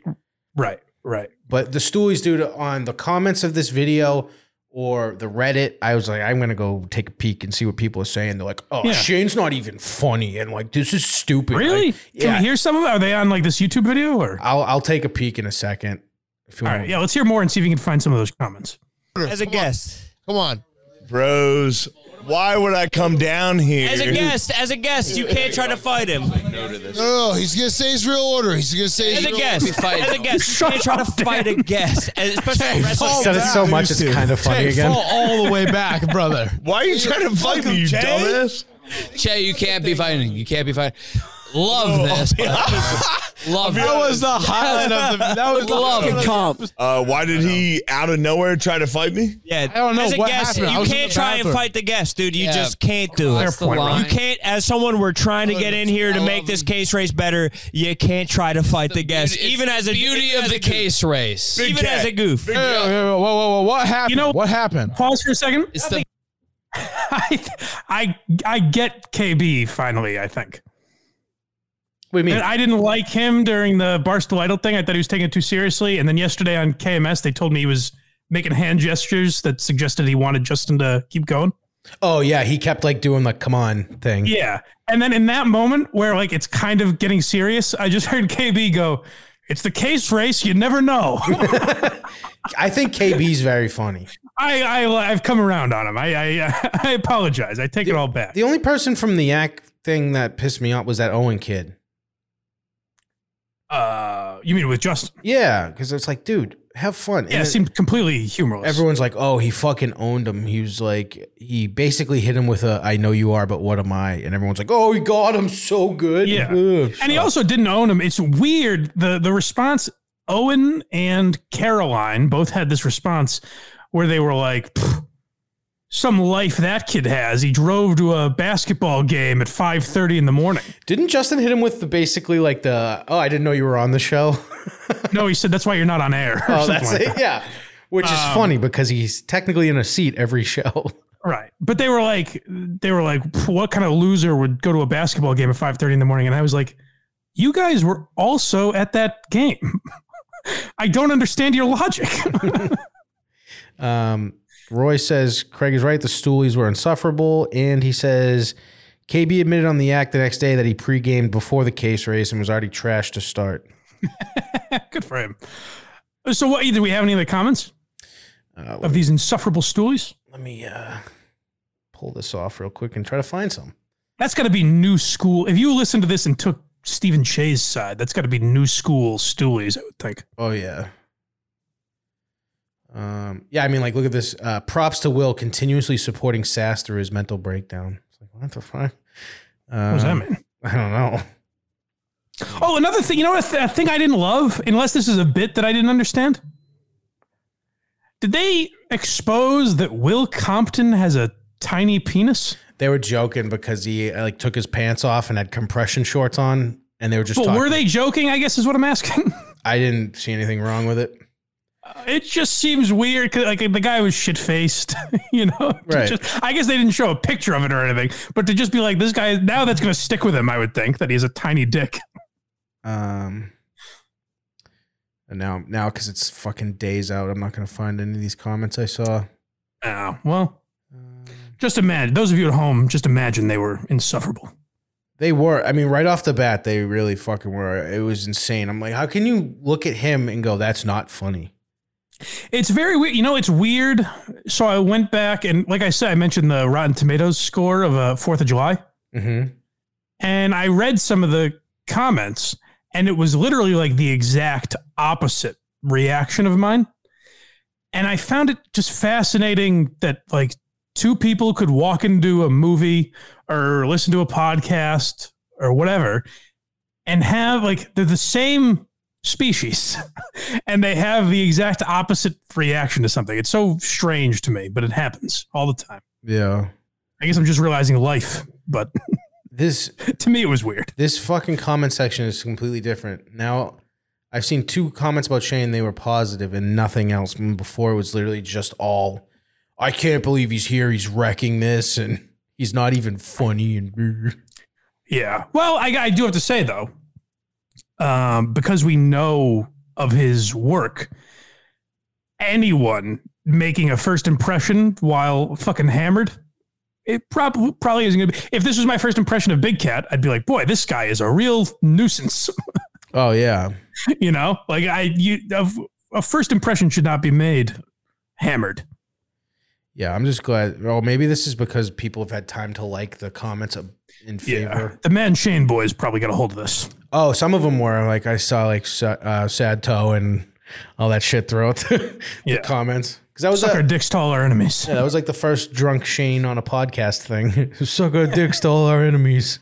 right? Right.
But the stoolies dude on the comments of this video or the Reddit, I was like, I'm gonna go take a peek and see what people are saying. They're like, oh,
Yeah.
Shane's not even funny, and like this is stupid. Like,
Really? Can
yeah.
we hear some of it? Are they on like this YouTube video or?
I'll I'll take a peek in a second. If you
All
want.
right, yeah, let's hear more and see if you can find some of those comments.
As a guest.
Come on.
Bros, why would I come down here?
As a guest, as a guest, you can't try to fight him.
No, no, no, he's gonna say his real order. He's gonna say his
As a
real
guest,
fight
as a
him.
guest, you can't try to fight a guest, as- especially a
He
wrestling.
said it so much, it's kind of funny again.
Fall all the way back, brother.
Why are you trying to fight me, you dumbass?
Che, you can't be fighting. You can't be fighting. Love this. but- Love
That was the highlight of the. That was the
Love
highlight of
it.
the-
Uh, why did he out of nowhere try to fight me?
Yeah,
I don't know
As a
what
guest,
happened. I
you
was in
can't
the
try and
bathroom.
fight the guest, dude. You
Yeah.
just can't do it.
That's the line.
You can't. As someone we're trying to get in here to
I
make
love
this
it.
case race better, you can't try to fight the guest,
It's
even
the
as a
beauty
even
of
as
the
a goof.
case race.
even as a goof.
Wait, wait, wait, whoa, whoa, whoa! What happened?
You know-
what happened?
Pause for a second.
It's the
I, I, I get KB finally. I think.
What do you
And
mean?
I didn't like him during the Barstool Idol thing. I thought he was taking it too seriously. And then yesterday on KMS, they told me he was making hand gestures that suggested he wanted Justin to keep going.
Oh yeah, he kept like doing the come on thing.
Yeah. And then in that moment where like it's kind of getting serious, I just heard KB go, "It's the case race. You never know."
I think KB's very funny.
I, I I've come around on him. I I, I apologize. I take it all back.
The only person from the Yak thing that pissed me off was that Owen kid.
Uh, you mean with Justin?
Yeah, because it's like, dude, have fun.
Yeah,
And
it
it-
seemed completely humorless.
everyone's like, oh, he fucking owned him. He was like, he basically hit him with a, I know you are, but what am I? And everyone's like, oh, he got him so good.
Yeah.
Ugh.
and he also didn't own him. It's weird. The the response Owen and Caroline both had this response where they were like "Pfft, some life that kid has. He drove to a basketball game at 5:30 in the morning.
Didn't Justin hit him with the basically like the, oh, I didn't know you were on the show?
No, he said that's why you're not on air. or
oh,
something
that's
like
it.
that.
Yeah. Which is
Um,
funny because he's technically in a seat every show.
Right. But they were like they were like "Pfft, what kind of loser would go to a basketball game at 5:30 in the morning and I was like you guys were also at that game. I don't understand your logic.
Um, Roy says Craig is right. The stoolies were insufferable, and he says KB admitted on the act the next day that he pre-gamed before the case race and was already trashed to start.
Good for him. So, what? Do we have any other comments
Uh, let,
of these insufferable stoolies?
let me uh, pull this off real quick and try to find some.
That's got to be new school. If you listened to this and took Stephen Che's side, that's got to be new school stoolies. I would think.
Oh yeah. Um, yeah, I mean, like, look at this. Uh, props to Will continuously supporting Sass through his mental breakdown. It's like, what the fuck?
What does that
Um,
mean?
I don't know.
Oh, another thing. You know what? A, th- a thing I didn't love, unless this is a bit that I didn't understand. Did they expose that Will Compton has a tiny penis?
They were joking because he uh, like took his pants off and had compression shorts on, and they were just.
But
talking.
were they joking? I guess is what I'm asking.
I didn't see anything wrong with it.
It just seems weird. 'cause, like the guy was shit faced, you know.
Right.
Just- I guess they didn't show a picture of it or anything, but to just be like, this guy now that's going to stick with him. I would think that he has a tiny dick.
Um, and now, now because it's fucking days out, I'm not gonna find any of these comments I saw.
Oh, well,
Um,
just imagine those of you at home. Just imagine they were insufferable.
they were. I mean, right off the bat, they really fucking were. It was insane. I'm like, how can you look at him and go, "That's not funny"?
It's very weird. You know, it's weird. So I went back and, like I said, I mentioned the Rotten Tomatoes score of uh, Fourth of July.
Mm-hmm.
and I read some of the comments, and it was literally like the exact opposite reaction of mine. And I found it just fascinating that like two people could walk into a movie or listen to a podcast or whatever and have like they're the same species and they have the exact opposite reaction to something. It's so strange to me, but it happens all the time.
Yeah.
I guess I'm just realizing life, but
This
to me it was weird.
this fucking comment section is completely different now. I've seen two comments about Shane. They were positive and nothing else. And Before it was literally just all, I can't believe he's here. He's wrecking this, and he's not even funny. And
Yeah. Well, I, I do have to say though, um, because we know of his work, anyone making a first impression while fucking hammered, it probably probably isn't gonna be. If this was my first impression of Big Cat, I'd be like, boy, this guy is a real nuisance.
oh yeah,
you know, like I you a, a first impression should not be made hammered.
yeah. I'm just glad. Well, maybe this is because people have had time to like the comments of- in favor.
The man Shane boys probably got a hold of this.
Oh, some of them were like I saw like Sa- uh, Sad Toe and all that shit throughout the, the
Yeah.
comments because that was
Suck
a,
our dicks to all our enemies.
yeah, that was like the first drunk Shane on a podcast thing. Suck our dicks to all our enemies,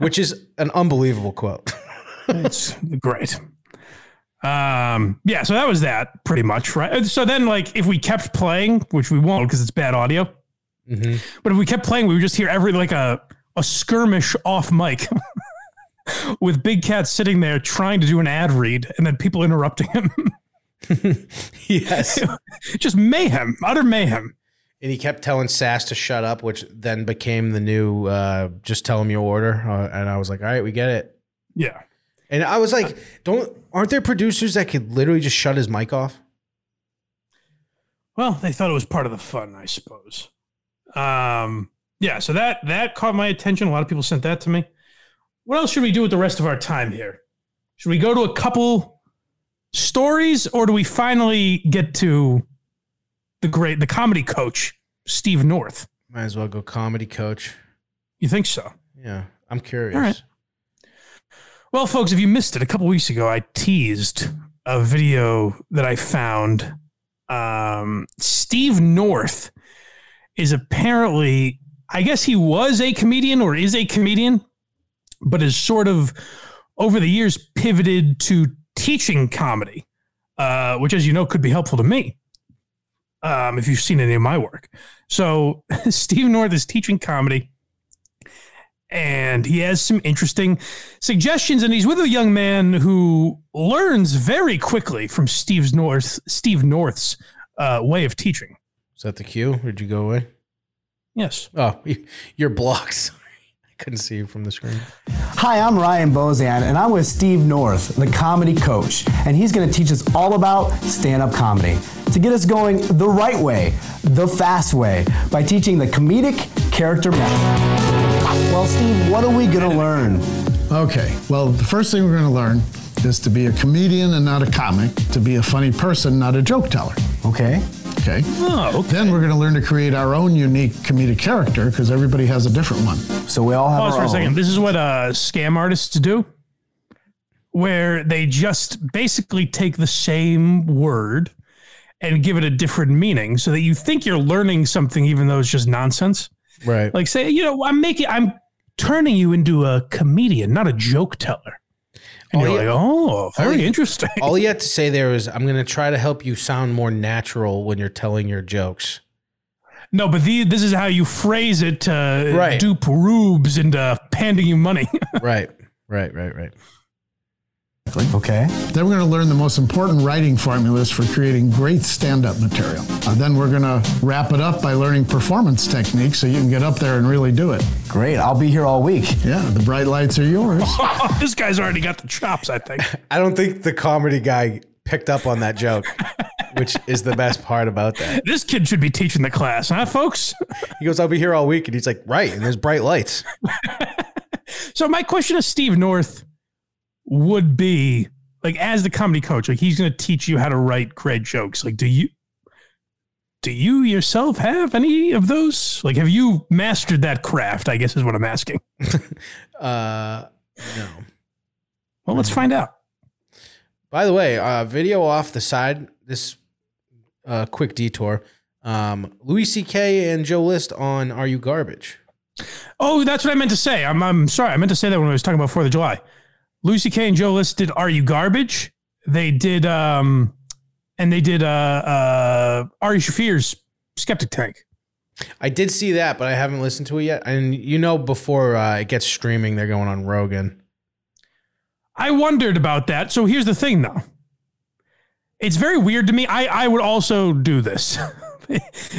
which is an unbelievable quote.
it's great. Um, yeah, so that was that pretty much, right? Uh, So then, like, if we kept playing, which we won't because it's bad audio,
Mhm.
but if we kept playing, we would just hear every like a a skirmish off mic with Big Cat sitting there trying to do an ad read, and then people interrupting him.
Yes,
just mayhem, utter mayhem.
and he kept telling Sass to shut up, which then became the new uh, "just tell him your order." Uh, and I was like, "All right, we get it."
Yeah,
And I was like, don't aren't there producers that could literally just shut his mic off?
Well, they thought it was part of the fun, I suppose. Um, yeah, so that that caught my attention. A lot of people sent that to me. What else should we do with the rest of our time here? Should we go to a couple stories, or do we finally get to the great the comedy coach Steve North.
Might as well go comedy coach.
You think so?
Yeah, I'm curious.
All right. Well, folks, if you missed it, a couple weeks ago, I teased a video that I found. Um, Steve North is apparently, I guess he was a comedian or is a comedian, but has sort of over the years pivoted to teaching comedy, uh, which, as you know, could be helpful to me um, if you've seen any of my work. So, Steve North is teaching comedy and he has some interesting suggestions. And he's with a young man who learns very quickly from Steve's North, Steve North's uh, way of teaching.
Is that the cue? Or did you go away?
Yes.
Oh, you- you're blocked. Sorry. I couldn't see you from the screen.
Hi, I'm Ryan Bozan, and I'm with Steve North, the comedy coach, and he's going to teach us all about stand up comedy to get us going the right way, the fast way, by teaching the comedic character method. Well, Steve, what are we going to learn?
Okay, well, the first thing we're going to learn is to be a comedian and not a comic, to be a funny person, not a joke teller.
Okay.
Okay.
Oh,
Then we're going to learn to create our own unique comedic character because everybody has a different one.
So we all have
Pause
our
for a
own.
second. This is what uh, scam artists do, where they just basically take the same word and give it a different meaning so that you think you're learning something, even though it's just nonsense.
Right.
Like, say, you know, I'm making, I'm turning you into a comedian, not a joke teller. And
Oh,
you're
yeah.
like, oh, very interesting.
All you had to say there was, I'm going to try to help you sound more natural when you're telling your jokes.
No, but the, this is how you phrase it to
Right.
dupe rubes into handing you money.
right. Right. Right. Right.
Okay.
Then we're going to learn the most important writing formulas for creating great stand up material. And then we're going to wrap it up by learning performance techniques so you can get up there and really do it.
Great. I'll be here all week.
Yeah, the bright lights are yours.
Oh, this guy's already got the chops, I think.
I don't think the comedy guy picked up on that joke, which is the best part about that.
this kid should be teaching the class, huh, folks?
He goes, I'll be here all week. And he's like, right. And there's bright lights.
So my question to Steve North would be like as the comedy coach, like he's going to teach you how to write great jokes. Like do you do you yourself have any of those? Like have you mastered that craft? I guess is what I'm asking.
Uh, no.
Well, let's find out.
By the way, uh, video off the side. This uh, quick detour. Um, Louis C.K. and Joe List on "Are You Garbage?"
Oh, that's what I meant to say. I'm I'm sorry. I meant to say that when I was talking about 4th of July. Lucy K and Joe List did Are You Garbage? They did um and they did uh uh Ari Shafir's Skeptic Tank.
I did see that, but I haven't listened to it yet. And you know, before uh, it gets streaming, they're going on Rogan.
I wondered about that. So here's the thing, though. It's very weird to me. I, I would also do this.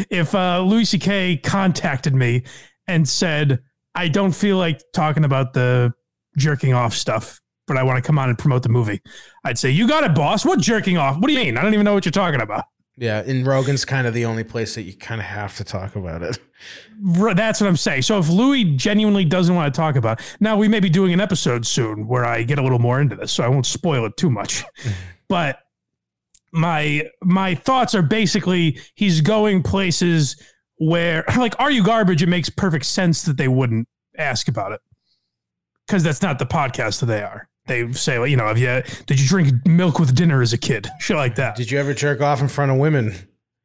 if uh, Louis C.K. contacted me and said, I don't feel like talking about the jerking off stuff, but I want to come on and promote the movie, I'd say, You got it, boss. What jerking off? What do you mean? I don't even know what you're talking about.
Yeah, and Rogan's kind of the only place that you kind of have to talk about it.
Right, That's what I'm saying. So if Louis genuinely doesn't want to talk about, now we may be doing an episode soon where I get a little more into this, so I won't spoil it too much. but my my thoughts are basically he's going places where like are you garbage? It makes perfect sense that they wouldn't ask about it because that's not the podcast that they are. They say, well, you know, have you did you drink milk with dinner as a kid? Shit like that.
Did you ever jerk off in front of women?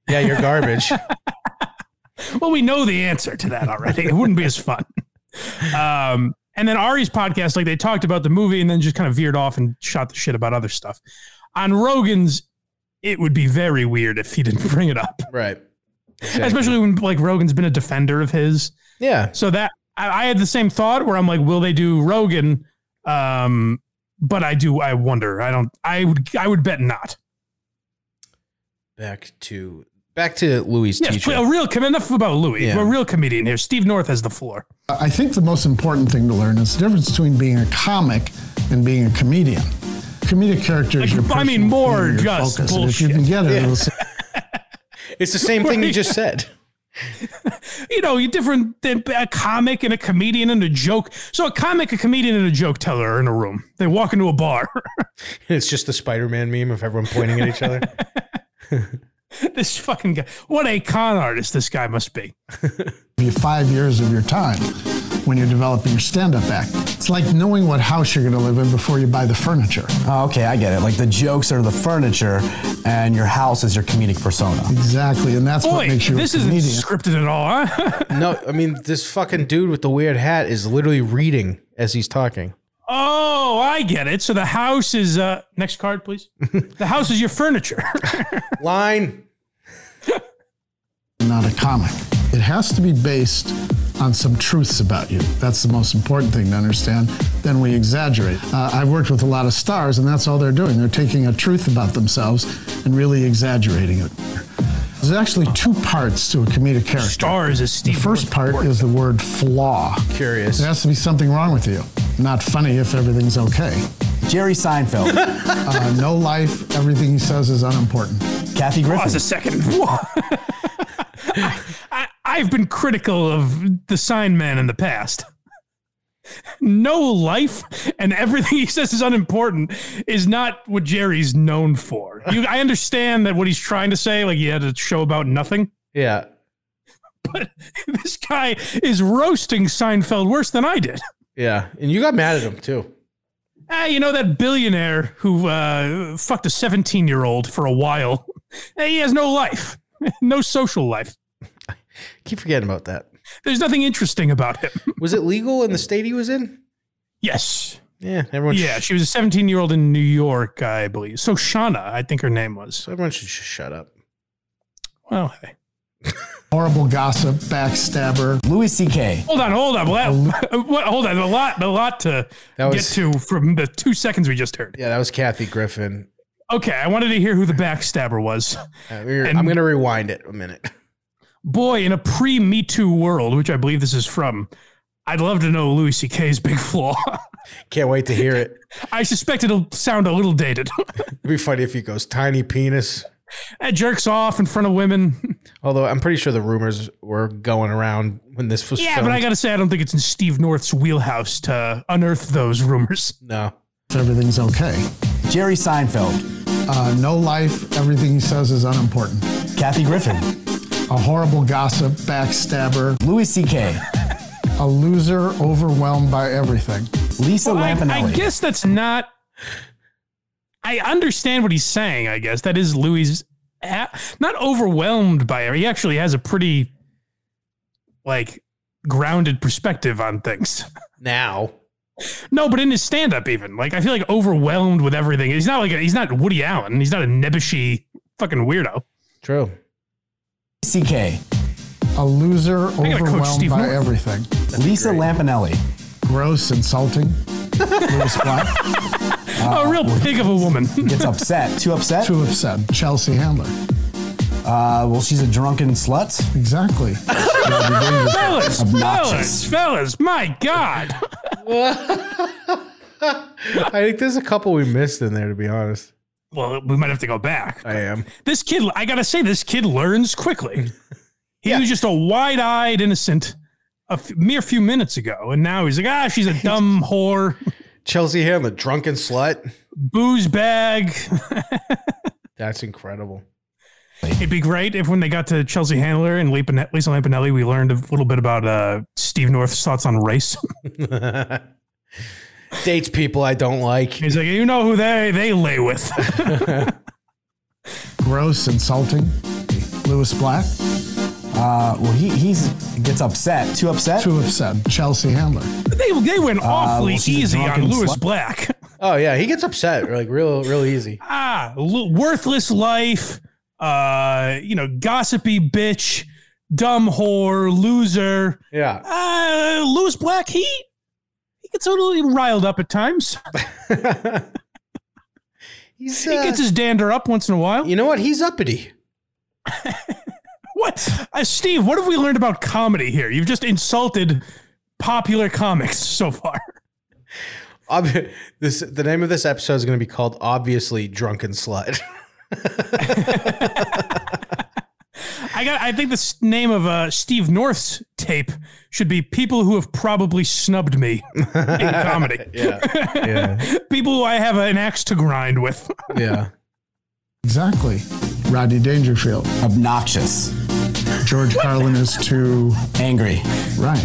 Yeah, you're garbage.
Well, we know the answer to that already. It wouldn't be as fun. Um, and then Ari's podcast, like they talked about the movie and then just kind of veered off and shot the shit about other stuff. On Rogan's, it would be very weird if he didn't bring it up,
right. Exactly.
especially when like Rogan's been a defender of his.
yeah.
So that I, I had the same thought where I'm like, will they do Rogan? Um, but I do. I wonder. I don't. I would. I would bet not.
Back to back to Louis'
Yes,
teacher.
a real. com- Enough about Louis.
Yeah.
A real comedian here. Steve North has the floor.
I think the most important thing to learn is the difference between being a comic and being a comedian. Comedic character is
Like,
your
I mean,
personal
more
thing, your
just
focus. And If you can
bullshit.
get it, it'll s-
It's the same thing you just said.
you know, you're different than a comic and a comedian and a joke. So a comic, a comedian, and a joke teller are in a room. They walk into a bar.
It's just the Spider-Man meme of everyone pointing at each other.
this fucking guy. What a con artist this guy must be.
give you five years of your time when you're developing your stand-up act. It's like knowing what house you're going to live in before you buy the furniture.
Oh, okay, I get it. Like the jokes are the furniture, and your house is your comedic persona.
Exactly, and that's
Boy, this isn't scripted at all, huh?
no, I mean this fucking dude with the weird hat is literally reading as he's talking.
Oh, I get it. So the house is uh next card, please. The house is your furniture.
Line.
not a comic. It has to be based on some truths about you. That's the most important thing to understand. Then we exaggerate. Uh, I've worked with a lot of stars, and that's all they're doing. They're taking a truth about themselves and really exaggerating it. There's actually two parts to a comedic character.
Stars is Steve.
The first part is the word flaw.
Curious.
There has to be something wrong with you. Not funny if everything's okay.
Jerry Seinfeld.
uh, no life. Everything he says is unimportant.
Kathy
Oh,
Griffin.
it's a second. Whoa. I, I, I've been critical of the sign man in the past. No life and everything he says is unimportant is not what Jerry's known for. You, I understand that what he's trying to say, like he had a show about nothing.
Yeah.
But this guy is roasting Seinfeld worse than I did.
Yeah. And you got mad at him too.
Ah, you know that billionaire who uh, fucked a 17 year old for a while? Hey, he has no life, no social life.
Keep forgetting about that.
There's nothing interesting about him.
Was it legal in the state he was in?
Yes.
Yeah. Everyone
Yeah, she was a 17 year old in New York, I believe. So Shauna, I think her name was.
So everyone should just shut up.
Well, hey.
Horrible gossip, backstabber,
Louis C.K.
Hold on, hold on. Well, what, hold on. A lot, a lot to
That was-
get to from the two seconds we just heard.
Yeah, that was Kathy Griffin.
Okay, I wanted to hear who the backstabber was.
Uh, we were-
And-
I'm going to rewind it a minute.
boy, in a pre Me Too world, which I believe this is from, I'd love to know Louis C.K.'s big flaw.
Can't wait to hear it.
I suspect it'll sound a little dated.
It'd be funny if he goes tiny penis.
that jerks off in front of women.
Although I'm pretty sure the rumors were going around when this was.
Yeah, but I
filmed.
gotta say, I don't think it's in Steve North's wheelhouse to unearth those rumors.
no.
everything's okay.
Jerry Seinfeld.
Uh, no life, everything he says is unimportant.
Kathy Griffin.
A horrible gossip, backstabber,
Louis C.K.
a loser overwhelmed by everything.
Lisa
I,
Lampanelli.
I guess that's not. I understand what he's saying. I guess that is Louis a- not overwhelmed by it. He actually has a pretty like grounded perspective on things.
Now.
No, but in his stand up, even like I feel like overwhelmed with everything. He's not like a, he's not Woody Allen. He's not a nebbishy fucking weirdo.
True.
C.K.
A loser
gotta coach
overwhelmed
Steve
by
North.
everything.
Lisa Lampanelli.
Gross, insulting. Louis Black,
a real pig of a woman.
Gets upset. Too upset?
too upset. Chelsea Handler.
Uh, well, she's a drunken slut.
Exactly.
fellas, fellas,
Obnoxious.
fellas, my God.
I think there's a couple we missed in there, to be honest.
Well, we might have to go back.
I am.
This kid, I gotta say, this kid learns quickly. He was just a wide eyed innocent a f- mere few minutes ago, and now he's like, ah, she's a dumb whore,
Chelsea Handler, drunken slut.
booze bag.
That's incredible.
It'd be great if when they got to Chelsea Handler and Lisa Lampanelli, we learned a little bit about uh, Steve North's thoughts on race.
Dates people I don't like.
He's like, you know who they they lay with.
Gross, insulting. Louis Black,
Uh, well, he he's gets upset. Too upset?
too upset. Chelsea Handler.
they they went awfully
she's a
easy on
drunken
Lewis
slut.
Black.
Oh yeah, he gets upset like real, real easy.
ah, l- worthless life, uh, you know, gossipy bitch, dumb whore, loser.
Yeah.
Uh, Lewis Black, he he gets a little riled up at times.
He's
He
uh,
gets his dander up once in a while.
you know what? He's uppity.
What, uh, Steve? What have we learned about comedy here? You've just insulted popular comics so far.
Ob- this the name of this episode is going to be called obviously drunken slut.
I got. I think the s- name of uh, Steve North's tape should be "People Who Have Probably Snubbed Me" in comedy.
yeah.
People who I have an axe to grind with.
Yeah.
Exactly. Rodney Dangerfield.
Obnoxious.
George Carlin is too
angry.
Right.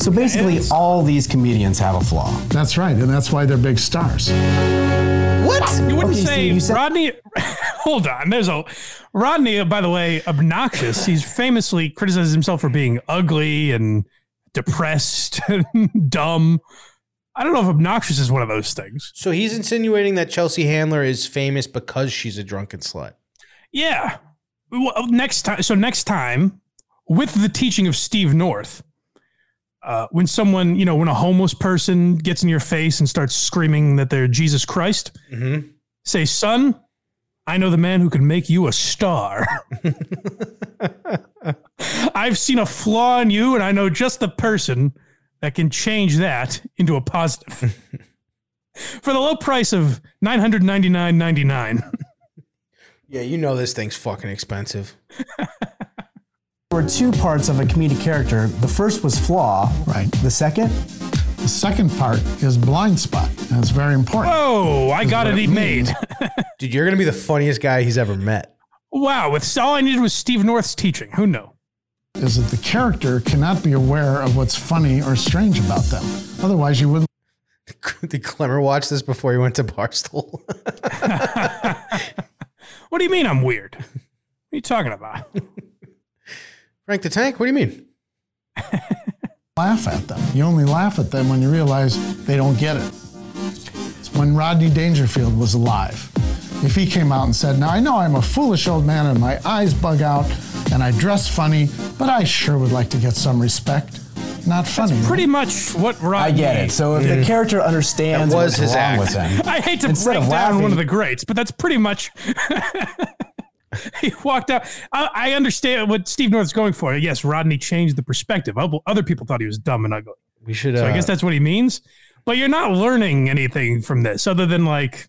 So basically, all these comedians have a flaw.
That's right, and that's why they're big stars.
What? You wouldn't
Okay, so
say
you said-
Rodney. hold on. There's a Rodney. By the way, obnoxious. He's famously criticizes himself for being ugly and depressed, and dumb. I don't know if obnoxious is one of those things.
So he's insinuating that Chelsea Handler is famous because she's a drunken slut.
Yeah. Well, next time. So next time, with the teaching of Steve North, uh, when someone, you know, when a homeless person gets in your face and starts screaming that they're Jesus Christ, say, "Son, I know the man who can make you a star." I've seen a flaw in you, and I know just the person that can change that into a positive. For the low price of nine hundred ninety nine ninety nine.
Yeah, you know this thing's fucking expensive.
There were two parts of a comedic character. The first was flaw.
Right.
The second,
The second part is blind spot, and it's very important.
Oh, I got it. He made.
Dude, you're gonna be the funniest guy he's ever met.
Wow, with all I needed was Steve North's teaching. Who knew?
Is that the character cannot be aware of what's funny or strange about them. Otherwise, you wouldn't
Did Clemmer watch this before he went to Barstool?
What do you mean I'm weird? What are you talking about?
Frank the Tank, what do you mean?
laugh at them. You only laugh at them when you realize they don't get it. It's when Rodney Dangerfield was alive. If he came out and said, Now I know I'm a foolish old man and my eyes bug out and I dress funny, but I sure would like to get some respect. Not funny.
Pretty much what Rodney.
I get it. So if the character understands
That was
what's
his
wrong
act.
with them,
I hate to
Instead
break
of
down
laughing-
one of the greats, but that's pretty much. he walked out. I, I understand what Steve North's going for. Yes, Rodney changed the perspective. Other- Other people thought he was dumb and ugly.
We should.
So
uh,
I guess that's what he means. But you're not learning anything from this other than like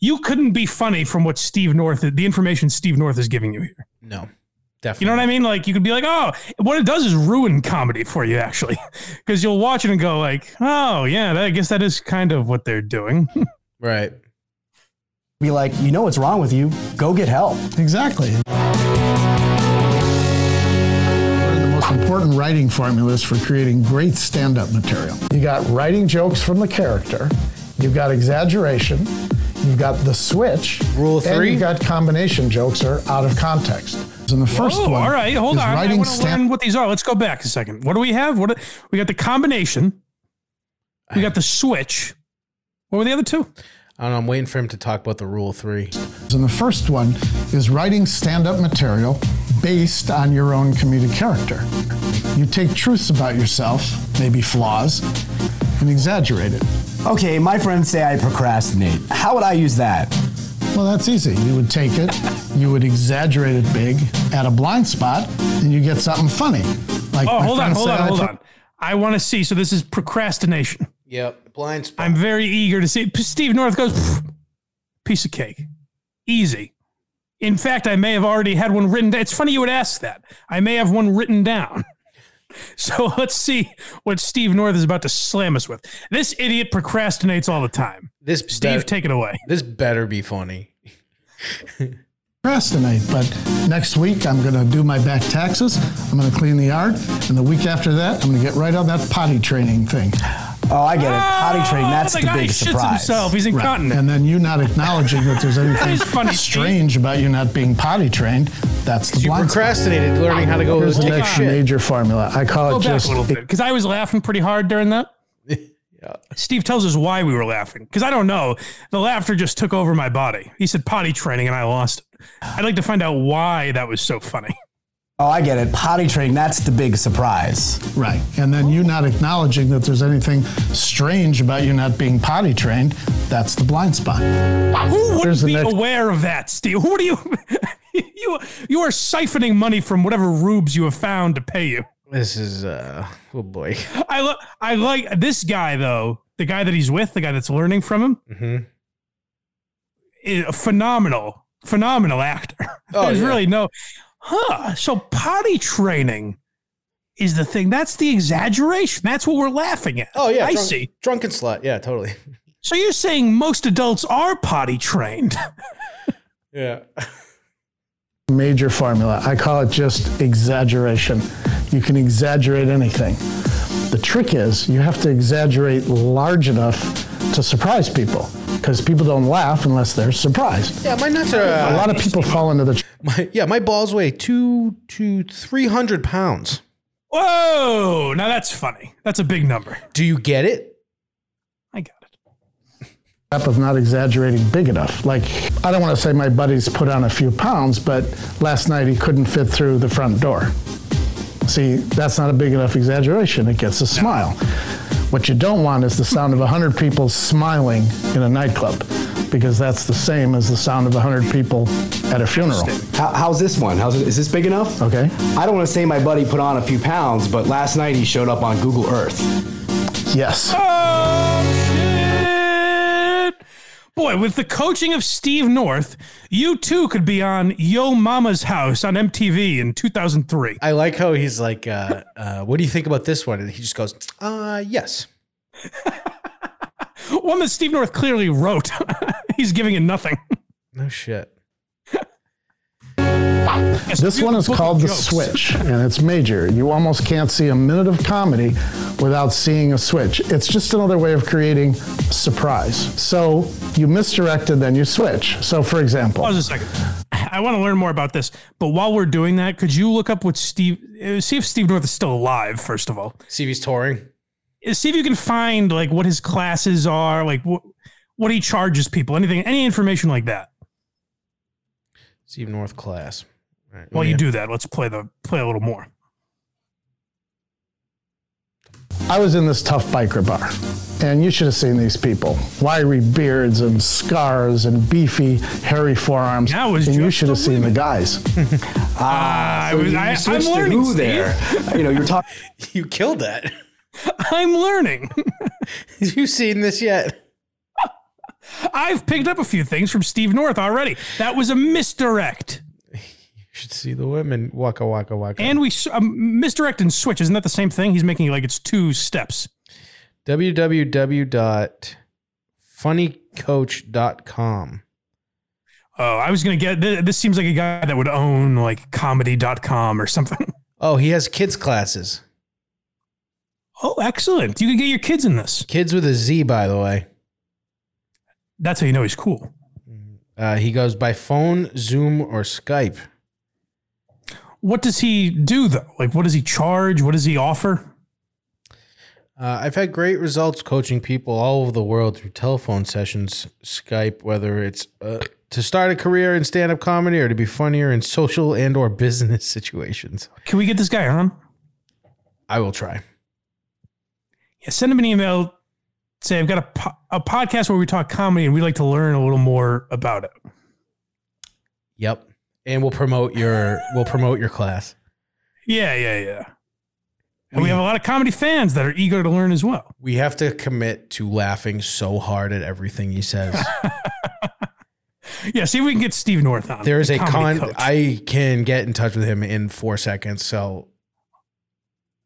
you couldn't be funny from what Steve North the information Steve North is giving you here.
no,
You
definitely.
know what I mean? Like you could be like, "Oh, what it does is ruin comedy for you actually." Cuz you'll watch it and go like, "Oh, yeah, that, I guess that is kind of what they're doing."
Right.
be like, you know what's wrong with you. Go get help.
Exactly. One of the most important writing formulas for creating great stand up material. You got writing jokes from the character, you've got exaggeration, you've got the switch.
Rule
And
three?
you've got combination jokes or out of context. And the first
oh,
one.
all right, hold
is
on. I
Writing
want to
stand-
learn what these are. Let's go back a second. What do we have? What we got the combination. We got the switch. What were the other two?
I don't know. I'm waiting for him to talk about the rule three.
And the first one is writing stand up material based on your own comedic character. You take truths about yourself, maybe flaws, and exaggerate it.
Okay, my friends say I procrastinate. How would I use that?
Well, that's easy. You would take it, you would exaggerate it big, add a blind spot, and you get something funny. Like
Oh,
my
hold on,
friend
hold
said
on,
I
hold
took-
on. I want to see. So this is procrastination.
Yep. Blind spot.
I'm very eager to see. P- Steve North goes, "Pfft, piece of cake, easy. In fact, I may have already had one written down. It's funny you would ask that. I may have one written down. So let's see what Steve North is about to slam us with. This idiot procrastinates all the time.
this
Steve,
be-
take it away.
this better be funny.
procrastinate, but next week I'm going to do my back taxes, I'm going to clean the yard, and the week after that I'm going to get right on that potty training thing.
Oh, I get it. Potty train. That's
Oh,
the
guy
big
shits
surprise.
himself. He's incontinent.
And then you not acknowledging that there's anything
is funny, Steve.
strange about you not being potty trained, that's the
You
blind spot.
procrastinated learning how to go
Here's the
take a
next
shit.
major formula. I call
Go
it
back
just
a little bit because I was laughing pretty hard during that. Steve tells us why we were laughing because I don't know. The laughter just took over my body. He said potty training and I lost it. I'd like to find out why that was so funny.
Oh, I get it. Potty train. That's the big surprise.
Right. And then you not acknowledging that there's anything strange about you not being potty trained, that's the blind spot.
Who
Here's
wouldn't
the
be
next-
aware of that, Steve? Who do you? you you are siphoning money from whatever rubes you have found to pay you.
This is uh oh boy.
I lo- I like this guy though. The guy that he's with, the guy that's learning from him,
Mhm.
is a phenomenal, phenomenal actor.
Oh,
There's
yeah.
really no, huh? So potty training is the thing. That's the exaggeration. That's what we're laughing at.
Oh yeah.
I
drunk-
see.
Drunken slut. Yeah, totally.
So you're saying most adults are potty trained?
Yeah.
major formula. I call it just exaggeration. You can exaggerate anything. The trick is you have to exaggerate large enough to surprise people because people don't laugh unless they're surprised.
Yeah, my nuts are uh,
A lot of people fall into the
my, yeah, my balls weigh two to three hundred pounds.
Whoa! Now that's funny. That's a big number.
Do you get it?
I got it.
trap of not exaggerating big enough. Like, I don't want to say my buddy's put on a few pounds, but last night he couldn't fit through the front door. See, that's not a big enough exaggeration. It gets a smile. What you don't want is the sound of 100 people smiling in a nightclub, because that's the same as the sound of 100 people at a funeral.
How, how's this one? How's it, is this big enough?
Okay.
I don't want to say my buddy put on a few pounds, but last night he showed up on Google Earth.
Yes.
Oh, Shit. Boy, with the coaching of Steve North, you too could be on Yo Mama's House on MTV in 2003.
I like how he's like, uh, uh, "What do you think about this one?" And he just goes, "Uh, yes."
One that Steve North clearly wrote. He's giving it nothing.
No shit.
This one is called The Switch, and it's major. You almost can't see a minute of comedy without seeing a switch. It's just another way of creating surprise. So you misdirect and then you switch. So, for example,
Pause a second. I want to learn more about this, but while we're doing that, could you look up what Steve, uh, see if Steve North is still alive, first of all. Uh,
See if he's touring.
See if you can find like what his classes are, like what, what he charges people, anything, any information like that.
Steve North class. All right,
While
let
you
me-
do that, let's play the play a little more.
I was in this tough biker bar, and you should have seen these people wiry beards and scars and beefy, hairy forearms.
That was
and you
just
should have seen the guys.
Ah,
I was- I- I'm learning, Steve.
you know, you're talking.
You killed that.
I'm learning.
Have you seen this yet?
I've picked up a few things from Steve North already. That was a misdirect,
You should see the women. Waka waka waka.
and we s- um, misdirect and switch. Isn't that the same thing? He's making it like it's two steps.
www.funnycoach.com.
Oh, I was gonna get th- this. Seems like a guy that would own like comedy.com or something.
Oh, he has kids classes.
Oh, excellent! You can get your kids in this.
Kids with a Z, by the way.
That's how you know he's cool.
Uh, he goes by phone, Zoom, or Skype.
What does he do though? Like, what does he charge? What does he offer?
Uh, I've had great results coaching people all over the world through telephone sessions, Skype, whether it's uh, to start a career in stand-up comedy or to be funnier in social and or business situations.
Can we get this guy on?
I will try.
Yeah, send him an email. Say I've got a, po- a podcast where we talk comedy and we'd like to learn a little more about it.
Yep. And we'll promote your we'll promote your class.
Yeah, yeah, yeah. And we have a lot of comedy fans that are eager to learn as well.
We have to commit to laughing so hard at everything he says.
Yeah, see if we can get Steve North on.
There is
the
a
comedy
con
coach.
I can get in touch with him in 4 seconds, so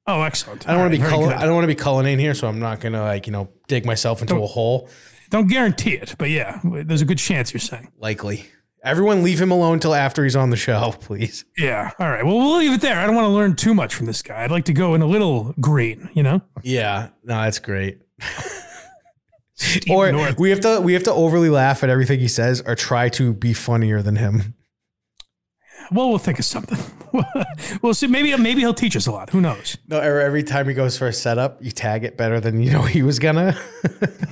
oh, excellent.
I don't
All
want to
right,
be
very
culling,
good.
I don't want to be culling in here, so I'm not going to like, you know, dig myself into a hole
Don't guarantee it, but yeah, there's a good chance you're saying.
likely. Everyone leave him alone till after he's on the show, please.
Yeah. All right. Well, we'll leave it there. I don't want to learn too much from this guy. I'd like to go in a little green, you know?
Yeah, no, that's great.
Steve
Or
North.
we have to we have to overly laugh at everything he says, or try to be funnier than him.
Well, we'll think of something. we'll see. Maybe maybe he'll teach us a lot. Who knows?
No, or every time he goes for a setup, you tag it better than you know he was gonna.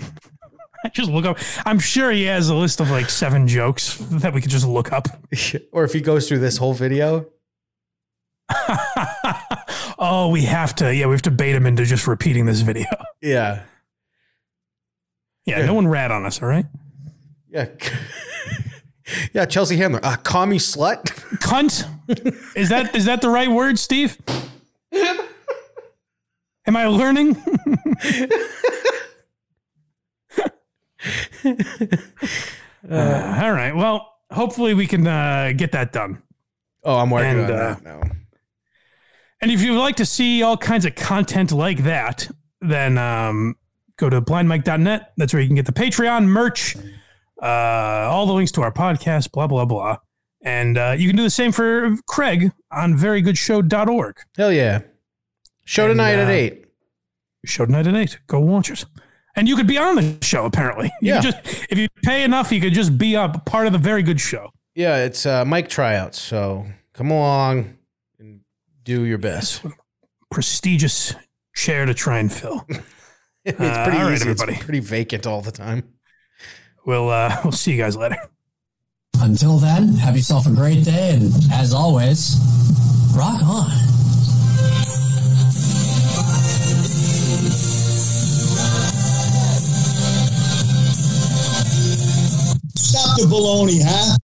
Just look up. I'm sure he has a list of like seven jokes that we could just look up.
or if he goes through this whole video,
oh, we have to. Yeah, we have to bait him into just repeating this video.
yeah,
Yeah, no one rat on us. All right.
yeah, yeah. Chelsea Handler, uh, call me slut.
Cunt. Is that is that the right word, Steve? Am I learning? Uh, all right. Well, hopefully we can uh, get that done.
Oh, I'm working
And,
on
uh,
that now.
And if you'd like to see all kinds of content like that, then um, go to blindmike.net. That's where you can get the Patreon merch, uh, all the links to our podcast, blah, blah, blah. And uh, you can do the same for Craig on verygoodshow.org.
Hell yeah. Show
And,
tonight at
uh,
8.
Show tonight at 8. Go watch it. And you could be on the show, apparently. You
Yeah.
could just If you pay enough, you could just be a part of the Very Good Show.
Yeah, it's uh, mic tryouts. So come along and do your best.
Prestigious chair to try and fill.
It's
Uh,
pretty
all right,
easy.
everybody.
It's pretty vacant all the time.
We'll, uh, we'll see you guys later.
Until then, have yourself a great day, and as always, rock on.
Stop the baloney, huh?